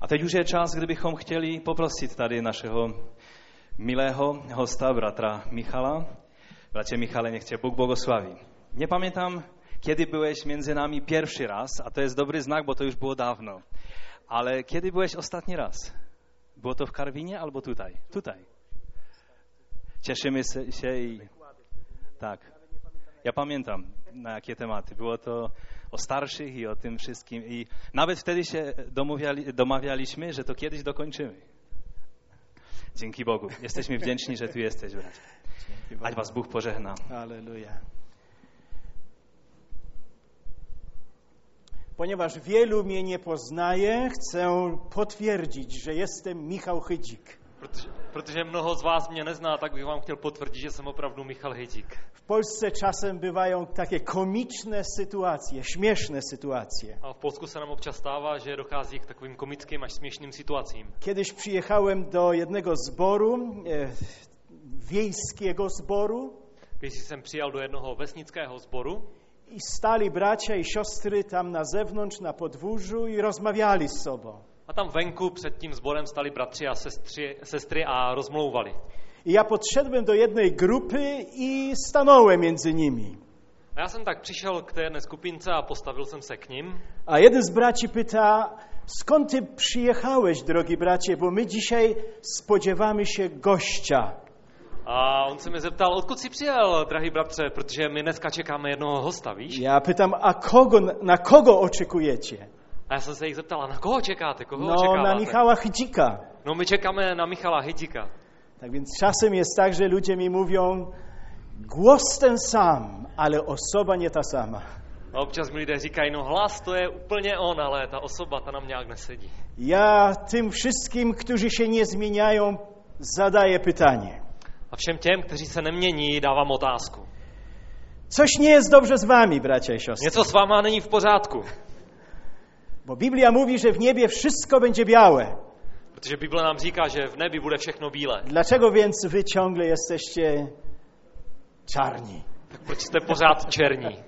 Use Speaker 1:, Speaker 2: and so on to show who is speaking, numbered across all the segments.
Speaker 1: A teď už je čas, kdybychom chtěli poprosit tady našeho milého hosta, bratra Michala. Bracie Michale, niech Cię Bóg błogosławi. Nie pamiętam, kiedy byłeś między nami pierwszy raz, a to jest dobry znak, bo to już było dawno. Ale kiedy byłeś ostatni raz? Było to w Karwinie albo tutaj? Tutaj. Cieszymy se- się i... Tak. Ja pamiętam, na jakie tematy. Było to o starszych i o tym wszystkim. I nawet wtedy się domawiali, domawialiśmy, że to kiedyś dokończymy. Dzięki Bogu. Jesteśmy wdzięczni, że tu jesteś, bracie. Ać was Bóg pożegna.
Speaker 2: Aleluja. Ponieważ wielu mnie nie poznaje, chcę potwierdzić, że jestem Michał Chydzik.
Speaker 3: Protože, protože mnoho z vás mě nezná, tak bych vám chtěl potvrdit, že jsem opravdu Michal Hejdík.
Speaker 2: W Polsce czasem bywają takie komiczne sytuacje, śmieszne sytuacje.
Speaker 3: A v Polsku se nám občas stává, že dochází k takovým komickým až směšným situacím.
Speaker 2: Kiedyś przyjechałem do jednego zboru, e, wiejskiego zboru,
Speaker 3: Když jsem přijal do jednoho vesnického sboru
Speaker 2: i stali bracia i siostry tam na zewnątrz, na podwórzu i rozmawiali z sobą.
Speaker 3: a tam venku před tím sborem stali bratři a sestry, sestry a rozmlouvali.
Speaker 2: I ja podszedłem do jednej grupy i stanąłem między nimi.
Speaker 3: A já jsem tak přišel k té jedné skupince a postavil jsem se k ním.
Speaker 2: A jeden z braci pyta, skąd ty przyjechałeś, drogi bracie, bo my dzisiaj spodziewamy się gościa.
Speaker 3: A on se mi zeptal, odkud jsi přijel, drahý bratře, protože my dneska čekáme jednoho hosta, víš?
Speaker 2: Ja pytam, a kogo, na kogo oczekujecie?
Speaker 3: A já jsem se jich zeptal, a na koho czekacie? Koho
Speaker 2: No,
Speaker 3: očekáváte?
Speaker 2: na Michała Chydzika.
Speaker 3: No my čekáme na Michala Hejdíka.
Speaker 2: Tak więc czasem jest tak, że ludzie mi mówią, głos ten sam, ale osoba nie ta sama.
Speaker 3: A občas mi lidé říkají, no hlas to je úplně on, ale ta osoba ta nám nějak nesedí.
Speaker 2: Ja tym wszystkim, którzy się nie zmieniają, zadaję pytanie.
Speaker 3: A všem těm, kteří se nemění, dávám otázku.
Speaker 2: Coś nie jest dobrze z wami, bracia i siostry.
Speaker 3: Něco s váma není v pořádku,
Speaker 2: Bo Biblia mówi, że w niebie wszystko będzie białe.
Speaker 3: protože Bible nám říká, že v nebi bude všechno bílé.
Speaker 2: Dlaczego więc wy ciągle jesteście czarni?
Speaker 3: Tak proč jste pořád černí?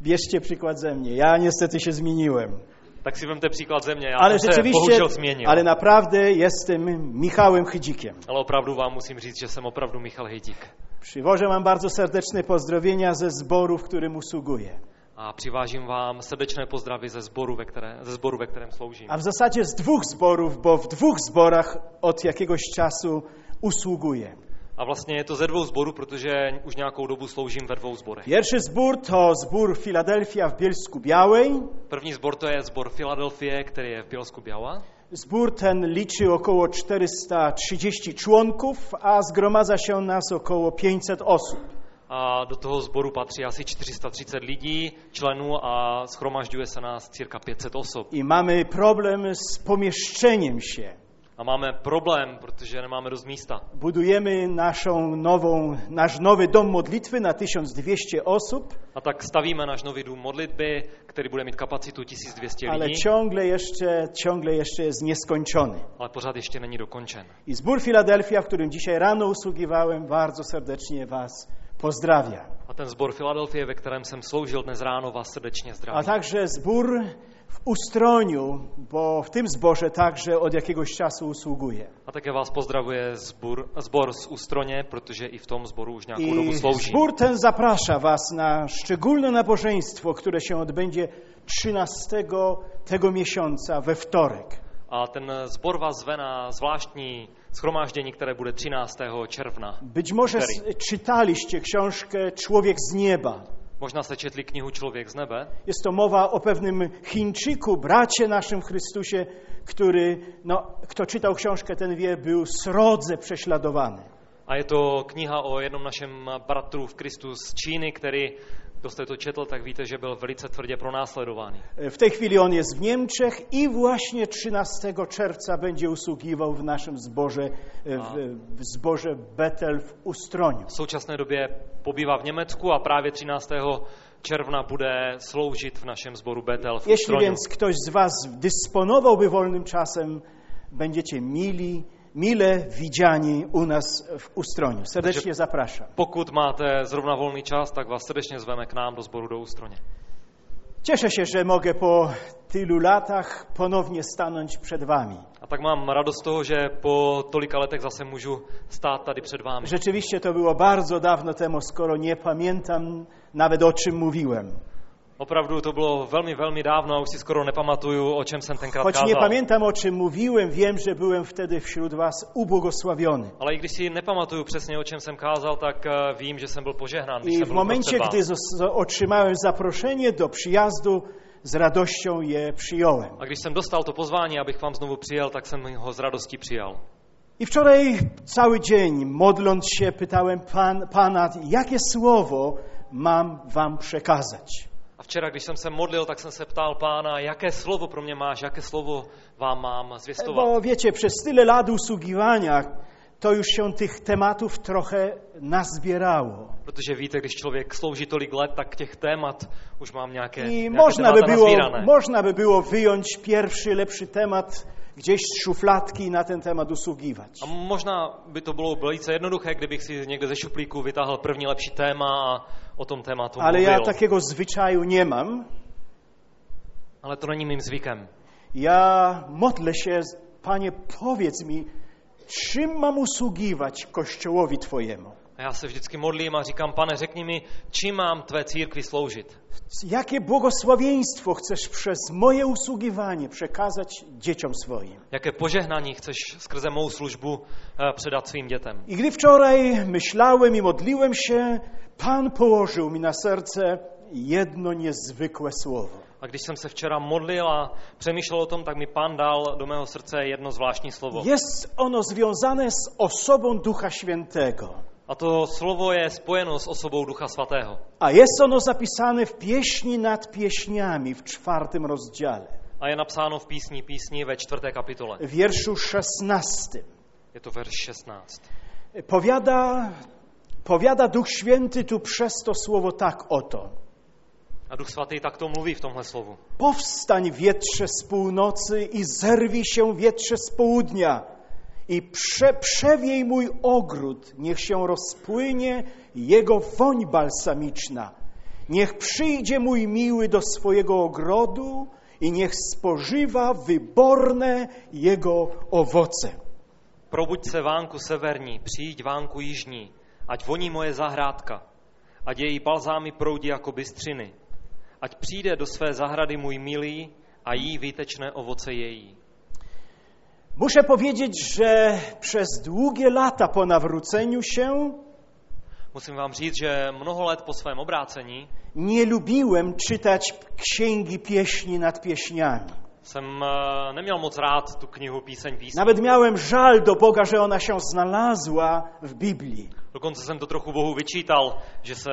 Speaker 2: Bierzcie przykład ze mnie. Ja niestety się zmieniłem.
Speaker 3: Tak si vemte příklad ze mě, já
Speaker 2: Ale
Speaker 3: jsem se
Speaker 2: rzeczywiście,
Speaker 3: bohužel změnil.
Speaker 2: ale naprawdę jestem Michałem Chydzikiem.
Speaker 3: Ale opravdu vám musím říct, že jsem opravdu Michal Hejdík.
Speaker 2: Przywożę wam bardzo serdeczne pozdrowienia ze zboru, w którym usługuję.
Speaker 3: A přivážím vám srdečné pozdravy ze sboru, ve, které, ze sboru, ve kterém sloužím.
Speaker 2: A w zasadzie z dwóch zborów, bo w dwóch zborach od jakiegoś czasu usługuję.
Speaker 3: A vlastně je to ze dvou sborů, protože už nějakou dobu sloužím ve dvou sborech.
Speaker 2: Pierwszy zbór to zbór Filadelfia w Bielsku Białej.
Speaker 3: První sbor to je sbor Filadelfie, který je v Bělsku Biała.
Speaker 2: Zbór ten liczy około 430 członków, a zgromadza się nas około 500 osób.
Speaker 3: A do toho sboru patří asi 430 lidí, členů a schromažďuje se nás cirka 500 osob.
Speaker 2: I mamy problem z pomieszczeniem się.
Speaker 3: A máme problém, protože nemáme dost místa.
Speaker 2: Budujemy naszą nową, nasz nowy dom modlitwy na 1200 osób,
Speaker 3: A tak stavíme náš nový dům modlitby, který bude mít kapacitu 1200
Speaker 2: ale
Speaker 3: lidí,
Speaker 2: ciągle jeszcze, ciągle jeszcze jest nieskończony.
Speaker 3: ale pořád ještě není dokončen.
Speaker 2: I zbór Filadelfia, w którym dzisiaj rano usługiwałem, bardzo serdecznie Was pozdrawia.
Speaker 3: A ten sbor Filadelfie, ve kterém jsem sloužil dnes ráno, vás srdečně
Speaker 2: A
Speaker 3: zdraví.
Speaker 2: także zbór w Ustroniu, bo w tym zborze także od jakiegoś czasu usługuję.
Speaker 3: A také vás pozdravuje sbor, sbor z Ústroně, protože i v tom sboru už nějakou
Speaker 2: I
Speaker 3: dobu sloužím.
Speaker 2: zbór ten zaprasza Was na szczególne nabożeństwo, które się odbędzie 13 tego miesiąca we wtorek.
Speaker 3: A ten sbor vás zve na zvláštní schromáždění, které bude 13. června.
Speaker 2: Być może s- czytaliście książkę Człowiek z nieba.
Speaker 3: Možná jste četli knihu Člověk z nebe.
Speaker 2: Jest to mowa o pewnym Chińczyku, bracie naszym w Chrystusie, który, no, kto czytał książkę, ten wie, był srodze prześladowany.
Speaker 3: A je to kniha o jednom našem bratru v Kristu z Číny, který, kdo jste to četl, tak víte, že byl velice tvrdě pronásledovaný.
Speaker 2: E, W tej chwili on jest w Niemczech i właśnie 13 czerwca będzie usługiwał w naszym zborze, e, w, w zborze Betel w Ustroniu.
Speaker 3: V současné době pobývá v Německu a právě 13. června bude sloužit v našem sboru Betel v
Speaker 2: Jeśli
Speaker 3: Ustroniu.
Speaker 2: więc ktoś z Was dysponowałby wolnym czasem, będziecie mili, mile widziani u nas w Ustroniu. Serdecznie zapraszam.
Speaker 3: Pokud máte zrovna volný čas, tak vás srdečně zveme k nám do sboru do Ústroně.
Speaker 2: Cieszę się, że mogę po tylu latach ponownie stanąć przed Wami.
Speaker 3: A tak mám radost z toho, že po tolika letech zase můžu stát tady před vámi.
Speaker 2: Rzeczywiście to było bardzo dawno temu, skoro nie pamiętam nawet o czym mówiłem.
Speaker 3: Opravdu to bylo velmi, velmi dávno a už si skoro nepamatuju, o čem jsem tenkrát
Speaker 2: Choć nie
Speaker 3: kázal.
Speaker 2: pamiętam o czym mówiłem, wiem, że byłem wtedy wśród Was ubłogosławiony.
Speaker 3: Ale i když si nepamatuju přesně, o čem jsem kázal, tak eh, vím, že jsem byl požehnán, když
Speaker 2: I
Speaker 3: jsem
Speaker 2: w
Speaker 3: byl uprostřed
Speaker 2: momencie,
Speaker 3: vás.
Speaker 2: gdy zos- otrzymałem zaproszenie do przyjazdu, z radością je przyjąłem.
Speaker 3: A když jsem dostal to pozvání, abych k vám znovu přijel, tak jsem ho s radostí přijal.
Speaker 2: I wczoraj cały dzień, modląc się, pytałem pan, Pana, jakie słowo mam Wam przekazać.
Speaker 3: A včera, když jsem se modlil, tak jsem se ptal pána, jaké slovo pro mě máš, jaké slovo vám mám zvěstovat.
Speaker 2: Bo wiecie, przez tyle lat usługiwania to już się tych tematów trochę nazbierało.
Speaker 3: Protože víte, když člověk slouží tolik let, tak těch témat už mám nějaké,
Speaker 2: I
Speaker 3: nějaké
Speaker 2: można by,
Speaker 3: témata
Speaker 2: było,
Speaker 3: nazbírané.
Speaker 2: można by było wyjąć pierwszy lepszy temat gdzieś z szufladki i na ten temat usługiwać.
Speaker 3: A možná by to bylo velice jednoduché, kdybych si někde ze šuplíku vytáhl první lepší téma a o tom tématu
Speaker 2: Ale
Speaker 3: mluvil.
Speaker 2: ja takiego zwyczaju nie mam.
Speaker 3: Ale to není mým zvykem.
Speaker 2: Ja modlę się, Panie, powiedz mi, czym mam usługiwać Kościołowi Twojemu?
Speaker 3: A já se vždycky modlím a říkám, pane, řekni mi, čím mám tvé církvi sloužit?
Speaker 2: Jakie błogosławieństwo chcesz przez moje usługiwanie przekazać dzieciom swoim?
Speaker 3: Jaké požehnání chceš skrze mou službu eh, předat svým dětem?
Speaker 2: I gdy wczoraj myślałem i modliłem się, Pan położył mi na serce jedno niezwykłe słowo.
Speaker 3: A když jsem se včera modlil a přemýšlel o tom, tak mi pán dal do mého srdce jedno zvláštní slovo.
Speaker 2: Jest ono związane z osobą Ducha Świętego,
Speaker 3: A to slovo je spojeno s osobou Ducha Svatého.
Speaker 2: a jest ono zapisane w pieśni nad pieśniami w czwartym rozdziale,
Speaker 3: A je napsáno v písni písni ve čtvrté kapitole.
Speaker 2: w wierszu szesnastym.
Speaker 3: Je to verš 16.
Speaker 2: Powiada, powiada Duch Święty tu przez to słowo tak oto.
Speaker 3: A Duch Svatý takto mluví v tomhle slovu.
Speaker 2: Powstań wietrze z północy i zerwij się wietrze z południa i prze, przewiej mój ogród, niech się rozpłynie jego woń balsamiczna. Niech przyjdzie mój miły do swojego ogrodu i niech spożywa wyborne jego owoce.
Speaker 3: Probuď se vánku severní, přijď vánku jižní, ať voní moje zahrádka, ať její balzámy proudí jako bystřiny, ať přijde do své zahrady můj milý a jí výtečné ovoce její.
Speaker 2: Muszę powiedzieć, że przez długie lata po nawróceniu się
Speaker 3: Musím vám říct, že mnoho let po svém obrácení
Speaker 2: nie lubiłem czytać księgi pieśni nad pieśniami.
Speaker 3: jsem eh, neměl moc rád tu knihu Píseň písní.
Speaker 2: Nawet miałem żal do Boga, że ona się znalazła w Biblii.
Speaker 3: Dokonce jsem to trochu Bohu vyčítal, že se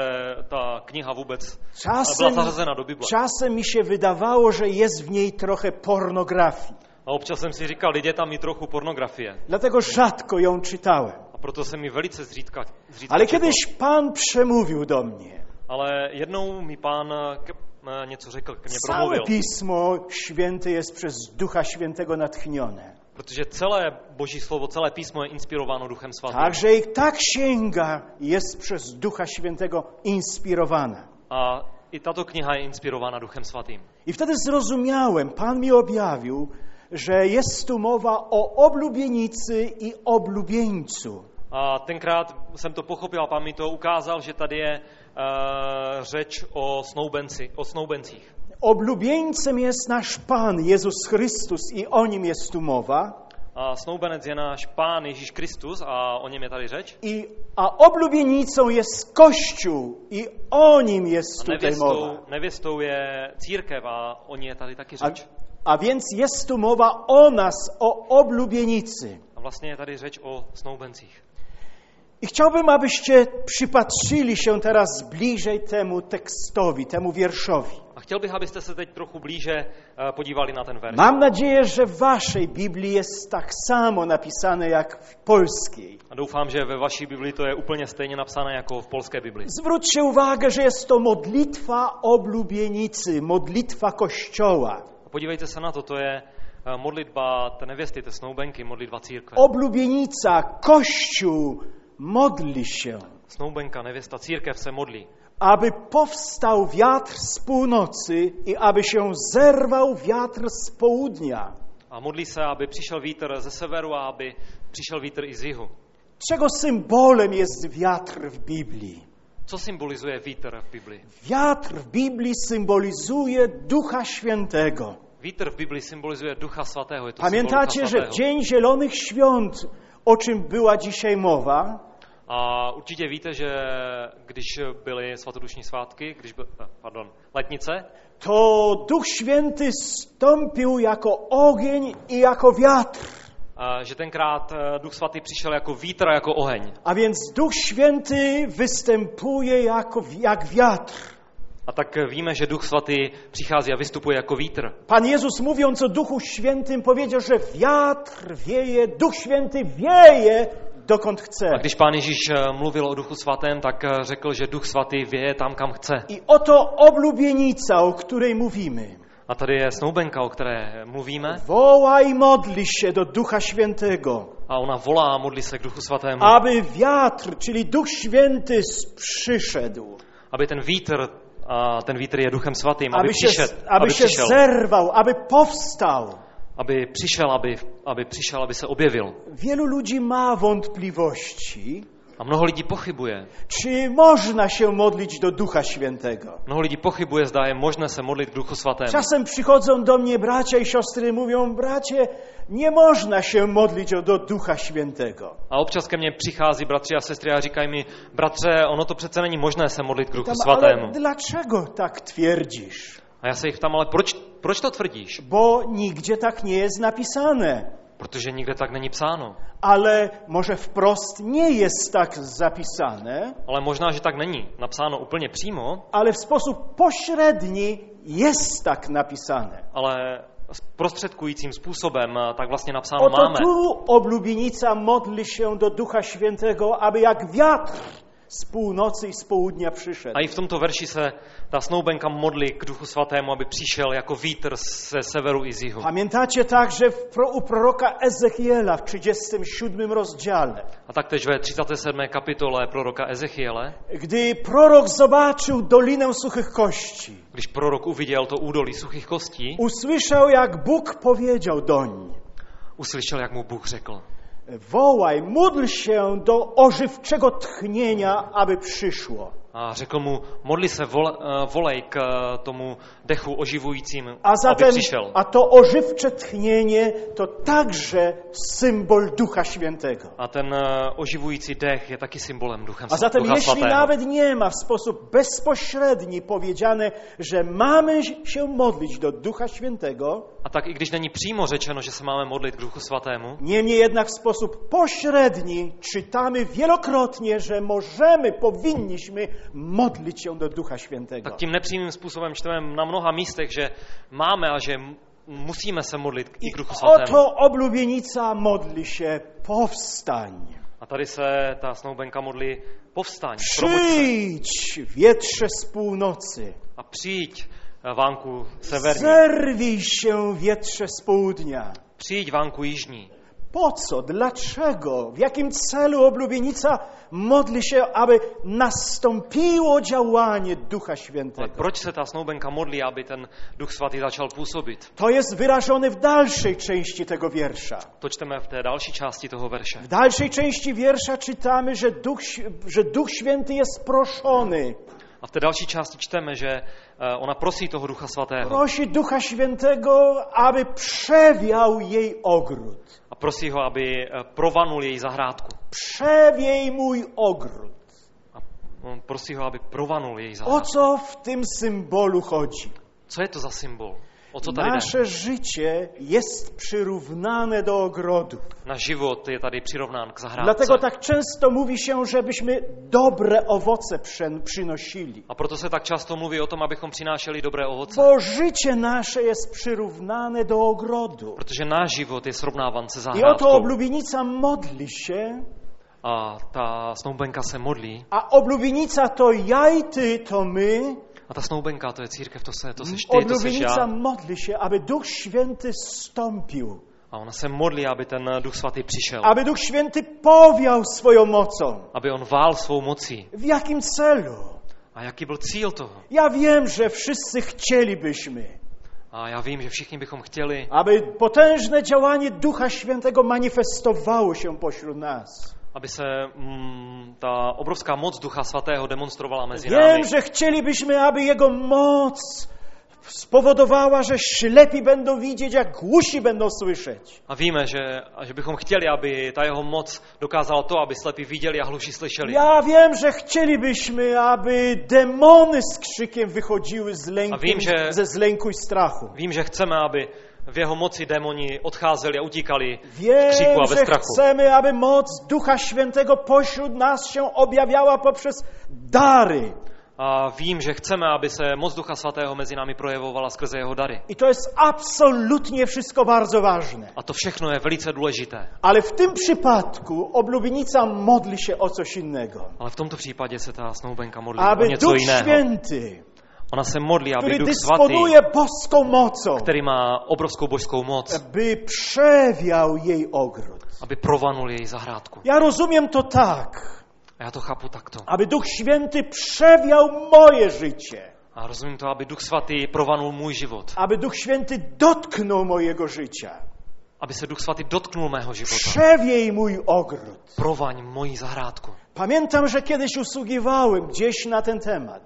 Speaker 3: ta kniha vůbec eh, byla
Speaker 2: Czasem,
Speaker 3: zařazena do Bible.
Speaker 2: czasem mi się wydawało, że jest w niej trochę pornografii.
Speaker 3: A občas jsem si říkal, jde tam i trochu pornografie.
Speaker 2: Dlatego rzadko ją czytałem.
Speaker 3: A proto se mi velice zřídka, zřídka
Speaker 2: Ale
Speaker 3: četl.
Speaker 2: kiedyś Pan przemówił do mnie.
Speaker 3: Ale jednou mi pán k, eh, něco řekl, k mě
Speaker 2: Całe
Speaker 3: promluvil,
Speaker 2: Pismo Święte jest przez Ducha Świętego natchnione.
Speaker 3: protože celé boží slovo, celé písmo je inspirováno Duchem Svatým.
Speaker 2: Także i ta księga jest przez Ducha Świętego inspirowana.
Speaker 3: A i tato kniha je inspirována Duchem Svatým.
Speaker 2: I wtedy zrozumiałem, Pan mi objawił, że jest tu mowa o oblubienicy i oblubieńcu.
Speaker 3: A tenkrát jsem to pochopil a pán mi to ukázal, že tady je uh, řeč o, snoubenci, o snoubencích.
Speaker 2: Oblubieńcem jest nasz Pan Jezus Chrystus i o nim jest tu mowa.
Speaker 3: A snoubenec je náš pán Ježíš Kristus a o něm je tady řeč.
Speaker 2: I, a oblubienicą jest Kościół i o nim jest
Speaker 3: A
Speaker 2: tutaj mowa.
Speaker 3: nevěstou, nevěstou je církev a o ní je tady taky
Speaker 2: A,
Speaker 3: řeč.
Speaker 2: a więc jest tu mowa o nas, o oblubienicy.
Speaker 3: A vlastně je tady řeč o snoubencích.
Speaker 2: I chciałbym, abyście przypatrzyli się teraz bliżej temu tekstowi, temu wierszowi.
Speaker 3: A chtěl bych, abyste se teď trochu blíže eh, podívali na ten verš.
Speaker 2: Mam nadzieję, że w waszej Biblii jest tak samo napisane jak w polskiej.
Speaker 3: A doufám, že ve vaší Biblii to je úplně stejně napsané jako v polské Biblii.
Speaker 2: Zwróćcie uwagę, że jest to modlitwa oblubienicy, modlitwa Kościoła.
Speaker 3: A podívejte se na to, to je eh, modlitba té nevěsty, té snoubenky, modlitba církve.
Speaker 2: Oblubienica, Kościół modli się,
Speaker 3: Snoubenka, nevěsta, církev se modlí.
Speaker 2: aby powstał wiatr z północy i aby się zerwał wiatr z południa.
Speaker 3: A modlí se, aby přišel vítr ze severu a aby přišel vítr i z jihu.
Speaker 2: Czego symbolem jest wiatr w Biblii?
Speaker 3: Co symbolizuje vítr v Biblii?
Speaker 2: Wiatr w Biblii symbolizuje Ducha Świętego.
Speaker 3: Vítr v Biblii symbolizuje Ducha Svatého. Je to symbol Ducha
Speaker 2: Pamiętacie, że
Speaker 3: Svatého.
Speaker 2: Dzień Zielonych Świąt, o czym była dzisiaj mowa,
Speaker 3: A určitě víte, že když byly svatodušní svátky, když byl, eh, pardon, letnice,
Speaker 2: to Duch Święty stąpił jako ogień i jako wiatr.
Speaker 3: eh, že tenkrát eh, Duch Svatý přišel jako vítr a jako oheň.
Speaker 2: A więc Duch Święty występuje jako, jak wiatr.
Speaker 3: A tak víme, že Duch Svatý přichází a vystupuje jako vítr.
Speaker 2: Pan Jezus mówiąc o Duchu Świętym powiedział, że wiatr wieje, Duch Święty wieje dokąd chce.
Speaker 3: A když pán Ježíš eh, mluvil o Duchu Svatém, tak eh, řekl, že Duch Svatý věje tam, kam chce.
Speaker 2: I oto oblubienica, o której mówimy.
Speaker 3: A tady je snoubenka, o které mluvíme,
Speaker 2: Woła i modli się do Ducha Świętego.
Speaker 3: a ona volá a modlí se k Duchu Svatému,
Speaker 2: aby wiatr, czyli Duch Święty, przyszedł,
Speaker 3: aby ten vítr, a ten vítr je Duchem Svatým, aby,
Speaker 2: aby się,
Speaker 3: přišel, aby
Speaker 2: aby się
Speaker 3: přišel,
Speaker 2: zerwał, aby powstał.
Speaker 3: aby přišel, aby, aby přišel, aby se objevil.
Speaker 2: Wielu ludzi ma wątpliwości,
Speaker 3: A mnoho lidí pochybuje.
Speaker 2: czy można się modlić do Ducha Świętego.
Speaker 3: Mnoho lidí pochybuje, zda je možné se modlit k Duchu Svatému.
Speaker 2: Czasem przychodzą do mnie bracia i siostry, mówią: Bracie, nie można się modlić o- do Ducha Świętego.
Speaker 3: A občas ke mně přichází bratři a sestry a říkají mi, bratře, ono to přece není možné se modlit k Duchu
Speaker 2: Tam, ale
Speaker 3: Svatému.
Speaker 2: dlaczego tak twierdzisz?
Speaker 3: A já se jich ptám, ale proč, proč to tvrdíš?
Speaker 2: Bo nigdzie tak nie jest napisane.
Speaker 3: Protože nikde tak není psáno.
Speaker 2: Ale może wprost nie jest tak zapisane,
Speaker 3: Ale možná, že tak není napsáno úplně přímo,
Speaker 2: ale w sposób pośredni jest tak napisane.
Speaker 3: ale s prostředkujícím způsobem eh, tak vlastně napsáno
Speaker 2: Oto
Speaker 3: máme.
Speaker 2: tu oblubienica modli się do Ducha Świętego, aby jak wiatr z północy i z południa przyszedł.
Speaker 3: A i v tomto verši se ta snoubenka modlí k Duchu Svatému, aby přišel jako vítr ze severu i z jihu.
Speaker 2: Pamiętacie także w pro, u proroka Ezechiela w 37 rozdziale,
Speaker 3: A taktéž ve 37. kapitole proroka Ezechiele,
Speaker 2: gdy prorok zobaczył Dolinę Suchych Kości,
Speaker 3: když prorok uviděl to údolí suchých kostí,
Speaker 2: usłyszał jak Bóg powiedział doń.
Speaker 3: uslyšel, jak mu Bůh řekl.
Speaker 2: Wołaj, módl się do ożywczego tchnienia, aby przyszło,
Speaker 3: A řekl mu, modli se, vole, eh, volej k eh, tomu dechu oživujícím,
Speaker 2: a
Speaker 3: aby
Speaker 2: zatem,
Speaker 3: přišel.
Speaker 2: a to ożywcze tchnienie to także symbol Ducha Świętego.
Speaker 3: A ten eh, oživující dech je taky symbolem Duchem
Speaker 2: A zatem,
Speaker 3: Ducha
Speaker 2: jeśli
Speaker 3: Svatého.
Speaker 2: nawet nie ma w sposób bezpośredni powiedziane, że mamy się modlić do Ducha Świętego,
Speaker 3: A tak i když není přímo řečeno, že se máme modlit k Duchu Svatému,
Speaker 2: niemniej jednak w sposób pośredni czytamy wielokrotnie, że możemy, powinniśmy modlić się do Ducha Świętego.
Speaker 3: tak tím nepřímým způsobem čteme na mnoha místech, že máme a že m- musíme se modlit i
Speaker 2: I
Speaker 3: k Duchu Svatému.
Speaker 2: oto oblubienica modli się, powstań.
Speaker 3: A tady se ta snoubenka modlí, povstaň, probuď se
Speaker 2: Przyjdź, wietrze z północy.
Speaker 3: a přijď eh, vánku severní,
Speaker 2: Zerwij się, wietrze z południa.
Speaker 3: přijď vánku jižní.
Speaker 2: Po co? Dlaczego? W jakim celu oblubienica modli się, aby nastąpiło działanie Ducha
Speaker 3: Ale
Speaker 2: Świętego?
Speaker 3: proč se ta snoubenka modlí, aby ten Duch Svatý začal působit?
Speaker 2: To jest wyrażone w dalszej części tego wiersza.
Speaker 3: To čteme v té další části toho verše.
Speaker 2: W dalszej części wiersza czytamy, że Duch, że Duch Święty jest proszony.
Speaker 3: A v té další části čteme, že eh, ona prosí toho Ducha Svatého
Speaker 2: Prosi Ducha Świętego, aby przewiał jej ogród.
Speaker 3: a prosí ho, aby eh, provanul její zahrádku.
Speaker 2: Przewiej mój ogród.
Speaker 3: A on prosí ho, aby provanul její
Speaker 2: O
Speaker 3: zahrádku.
Speaker 2: co w tym symbolu chodzi?
Speaker 3: Co je to za symbol? O co tady jde?
Speaker 2: Nasze życie jest przyrównane do ogrodu.
Speaker 3: Náš život je tady přirovnán k zahrádce.
Speaker 2: Dlatego tak często mówi się, żebyśmy dobre owoce przyn- przynosili.
Speaker 3: A proto se tak často mluví o tom, abychom přinášeli dobré ovoce.
Speaker 2: Bo życie nasze jest przyrównane do ogrodu.
Speaker 3: Protože náš život je srovnáván se
Speaker 2: I oto
Speaker 3: zahrádkou.
Speaker 2: oblubienica modli się,
Speaker 3: A ta snoubenka se modlí.
Speaker 2: a oblubienica to ja i ty, to my,
Speaker 3: A ta snoubenka, to je církev, to se, to seš ty, to seš já.
Speaker 2: Odlubienica modli się, aby Duch Święty zstąpił,
Speaker 3: A ona se modlí, aby ten Duch Svatý přišel.
Speaker 2: aby Duch Święty powiał swoją mocą.
Speaker 3: Aby on vál svou mocí.
Speaker 2: W jakim celu?
Speaker 3: A jaký byl cíl toho?
Speaker 2: Ja wiem, że wszyscy chcielibyśmy,
Speaker 3: A já vím, že všichni bychom chtěli,
Speaker 2: aby potężne działanie Ducha Świętego manifestowało się pośród nas.
Speaker 3: aby se mm, ta obrovská moc Ducha Svatého demonstrovala mezi námi.
Speaker 2: Wiem, że chcielibyśmy, aby Jego moc spowodowała, że ślepi będą widzieć, a głusi będą słyszeć.
Speaker 3: A víme, že, a že bychom chtěli, aby ta jeho moc dokázala to, aby slepí viděli a hluší slyšeli.
Speaker 2: Ja wiem, że chcielibyśmy, aby demony z krzykiem wychodziły z lęku,
Speaker 3: A wiem, że-
Speaker 2: ze zlęku i strachu.
Speaker 3: Vím, že chceme, aby v jeho moci démoni odcházeli a utíkali
Speaker 2: Wiem,
Speaker 3: v křiku a ve
Speaker 2: że
Speaker 3: strachu.
Speaker 2: chcemy, aby moc Ducha Świętego pośród nas się objawiała poprzez dary.
Speaker 3: A vím, že chceme, aby se moc Ducha Svatého mezi námi projevovala skrze jeho dary.
Speaker 2: I to jest absolutnie wszystko bardzo ważne.
Speaker 3: A to všechno je velice důležité.
Speaker 2: Ale w tym przypadku oblubienica modli się o coś innego.
Speaker 3: Ale v tomto případě se ta snoubenka modlí o
Speaker 2: Aby
Speaker 3: něco
Speaker 2: Duch
Speaker 3: jiného.
Speaker 2: Święty,
Speaker 3: Ona se modlí, aby
Speaker 2: który
Speaker 3: Duch Svatý,
Speaker 2: dysponuje boską mocą,
Speaker 3: který má obrovskou božskou moc,
Speaker 2: by przewiał jej ogród.
Speaker 3: aby provanul její zahrádku.
Speaker 2: Ja rozumiem to tak,
Speaker 3: A já to chápu takto.
Speaker 2: aby Duch Święty przewiał moje życie,
Speaker 3: A rozumím to, aby Duch Svatý provanul můj život.
Speaker 2: aby Duch Święty dotknął mojego życia.
Speaker 3: aby se Duch Svatý dotknul mého života.
Speaker 2: Przewiej mój ogród.
Speaker 3: Provaň moji zahrádku.
Speaker 2: Pamiętam, że kiedyś usługiwałem gdzieś na ten temat.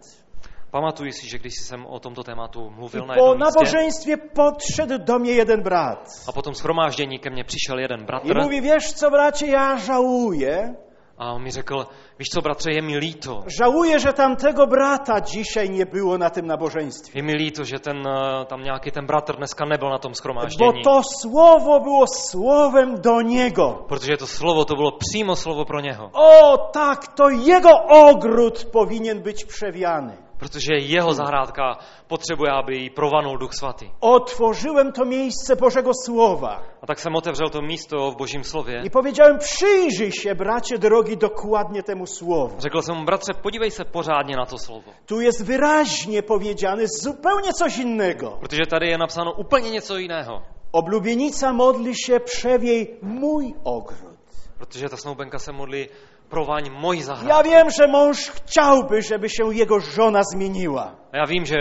Speaker 3: Pamatuji si, že když jsem o tomto tématu mluvil na
Speaker 2: I po
Speaker 3: jednom místě
Speaker 2: nabożeństwie podszedł do mnie jeden brat.
Speaker 3: a potom schromáždění ke mně přišel jeden
Speaker 2: I
Speaker 3: bratr
Speaker 2: mówi, wiesz co bracie, ja żałuję,
Speaker 3: a on mi řekl, víš co bratře, je mi líto.
Speaker 2: żałuję, że tamtego brata dzisiaj nie bylo na tym nabożeństwie.
Speaker 3: Je mi líto, že ten, eh, tam nějaký ten bratr dneska nebyl na tom
Speaker 2: Bo
Speaker 3: schromáždění.
Speaker 2: to słowo było słowem do niego.
Speaker 3: Protože to slovo, to bylo přímo slovo pro něho.
Speaker 2: O tak, to jego ogród powinien być przewiany.
Speaker 3: Protože jeho zahrádka potřebuje, aby ji provanul Duch Svatý.
Speaker 2: Otworzyłem to miejsce Bożego Słowa
Speaker 3: A tak jsem otevřel to místo v božím slově.
Speaker 2: i powiedziałem, przyjrzyj się bracie drogi dokładnie temu Słowu.
Speaker 3: Řekl jsem mu, bratře, podívej se pořádně na to slovo.
Speaker 2: Tu jest wyraźnie powiedziane zupełnie coś innego.
Speaker 3: Protože tady je napsáno úplně něco jiného.
Speaker 2: Oblubienica modli się przewiej mój ogród.
Speaker 3: Protože ta snoubenka se modlí, provaň moji zahradu.
Speaker 2: Ja wiem, że mąż chciałby, żeby się jego żona zmieniła.
Speaker 3: A já vím, že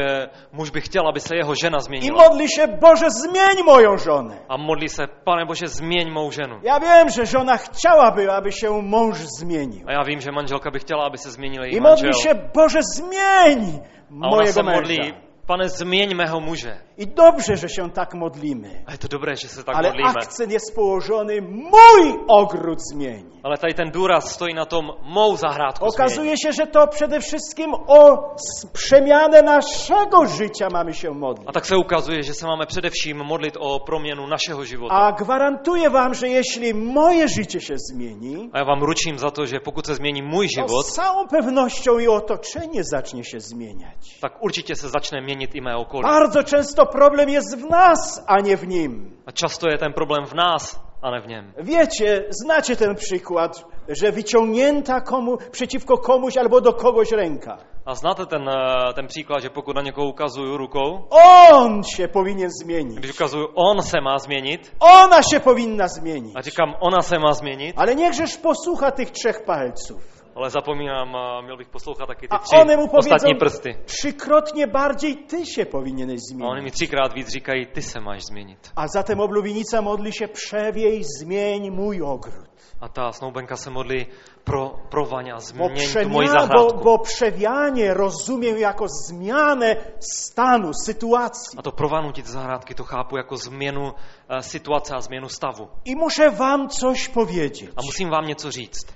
Speaker 3: muž by chtěl, aby se jeho žena
Speaker 2: I
Speaker 3: změnila.
Speaker 2: modli się, Boże, zmień moją żonę.
Speaker 3: A modlí se, pane Bože, změň mou ženu.
Speaker 2: Ja wiem, że żona chciałaby, aby się mąż zmienił.
Speaker 3: A já vím, že manželka by chtěla, aby se změnil její
Speaker 2: I
Speaker 3: manžel.
Speaker 2: modli się, Bože, zmień
Speaker 3: A ona
Speaker 2: mojego
Speaker 3: se
Speaker 2: męża.
Speaker 3: modlí, pane, změň mého muže.
Speaker 2: I dobrze, że się tak modlimy.
Speaker 3: A je to dobré, že se tak
Speaker 2: Ale
Speaker 3: modlíme.
Speaker 2: akcent jest położony, mój ogród zmieni.
Speaker 3: Ale tady ten důraz stojí na tom mou zahrádku změň.
Speaker 2: Okazuje się, że to przede wszystkim o s- przemianę naszego życia mamy się modlić.
Speaker 3: A tak se ukazuje, že se máme především modlit o proměnu našeho života.
Speaker 2: A gwarantuję wam, że jeśli moje życie się zmieni,
Speaker 3: A já vám ručím za to, že pokud se změní můj
Speaker 2: to
Speaker 3: život,
Speaker 2: z całą pewnością i otoczenie zacznie się zmieniać.
Speaker 3: tak určitě se začne měnit i mé okolí.
Speaker 2: Bardzo często problem jest w nas, a nie w nim.
Speaker 3: A často je ten problém v nás a ne v něm.
Speaker 2: Wiecie, znacie ten przykład, że wyciągnięta komu, przeciwko komuś albo do kogoś ręka.
Speaker 3: A znáte ten, eh, ten příklad, že pokud na někoho ukazuju rukou,
Speaker 2: On się powinien zmienić.
Speaker 3: když ukazuju, on se má změnit,
Speaker 2: Ona się powinna zmienić.
Speaker 3: a říkám, ona se má změnit,
Speaker 2: Ale niechżeż posłucha tych trzech palców.
Speaker 3: ale zapomínám, eh, měl bych poslouchat taky ty
Speaker 2: A
Speaker 3: tři
Speaker 2: one mu powiedzą,
Speaker 3: ostatní prsty.
Speaker 2: trzykrotnie bardziej ty się powinieneś
Speaker 3: A oni mi
Speaker 2: zmienić.
Speaker 3: třikrát víc říkají, ty se máš změnit.
Speaker 2: A zatem oblubienica modli się, przewiej, zmień mój ogród.
Speaker 3: A ta snoubenka se modlí pro, pro Vaňa,
Speaker 2: Bo,
Speaker 3: změň tu
Speaker 2: przemia, bo,
Speaker 3: moji zahrádku.
Speaker 2: bo przewianie rozumiem jako zmianę stanu, sytuacji.
Speaker 3: A to provanutí ty zahrádky to chápu jako změnu eh, situace a změnu stavu.
Speaker 2: I muszę wam coś powiedzieć,
Speaker 3: A musím vám něco říct.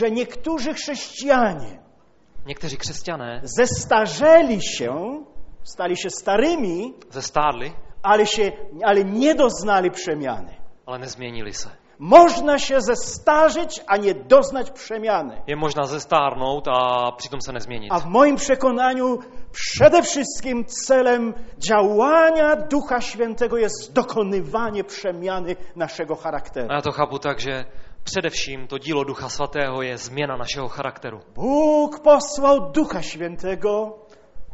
Speaker 2: że niektórzy chrześcijanie
Speaker 3: Někteří křesťané
Speaker 2: zestarzeli się, stali się starymi,
Speaker 3: zestárli,
Speaker 2: ale, się, ale nie doznali przemiany.
Speaker 3: ale nezměnili se.
Speaker 2: Można się zestarzeć, a nie doznać przemiany.
Speaker 3: Je možná zestárnout a přitom se nezměnit.
Speaker 2: A w moim przekonaniu przede wszystkim celem działania Ducha Świętego jest dokonywanie przemiany naszego charakteru.
Speaker 3: A já to chápu tak, že především to dílo Ducha Svatého je změna našeho charakteru.
Speaker 2: Bóg posłał Ducha Świętego,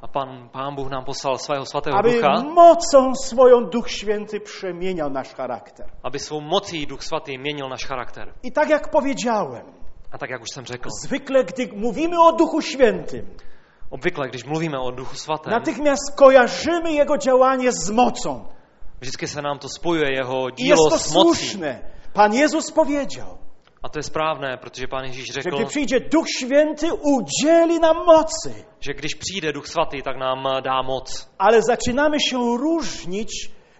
Speaker 3: A pan, pán Bůh nám poslal svého svatého
Speaker 2: aby
Speaker 3: ducha,
Speaker 2: mocą swoją Duch Święty przemieniał nasz charakter.
Speaker 3: aby svou mocí Duch Svatý měnil náš charakter.
Speaker 2: I tak jak powiedziałem,
Speaker 3: A tak, jak už jsem řekl,
Speaker 2: zwykle gdy mówimy o Duchu Świętym,
Speaker 3: Obvykle, když mluvíme o Duchu Svatém,
Speaker 2: natychmiast kojarzymy Jego działanie z mocą.
Speaker 3: vždycky se nám to spojuje jeho
Speaker 2: I jest
Speaker 3: dílo
Speaker 2: to
Speaker 3: s mocí.
Speaker 2: słuszne. Pan Jezus powiedział,
Speaker 3: A to je správné, protože Pán Ježíš
Speaker 2: że
Speaker 3: řekl,
Speaker 2: gdy przyjdzie Duch Święty, udzieli nam mocy.
Speaker 3: že když přijde Duch Svatý, tak nám eh, dá moc.
Speaker 2: Ale zaczynamy się różnić,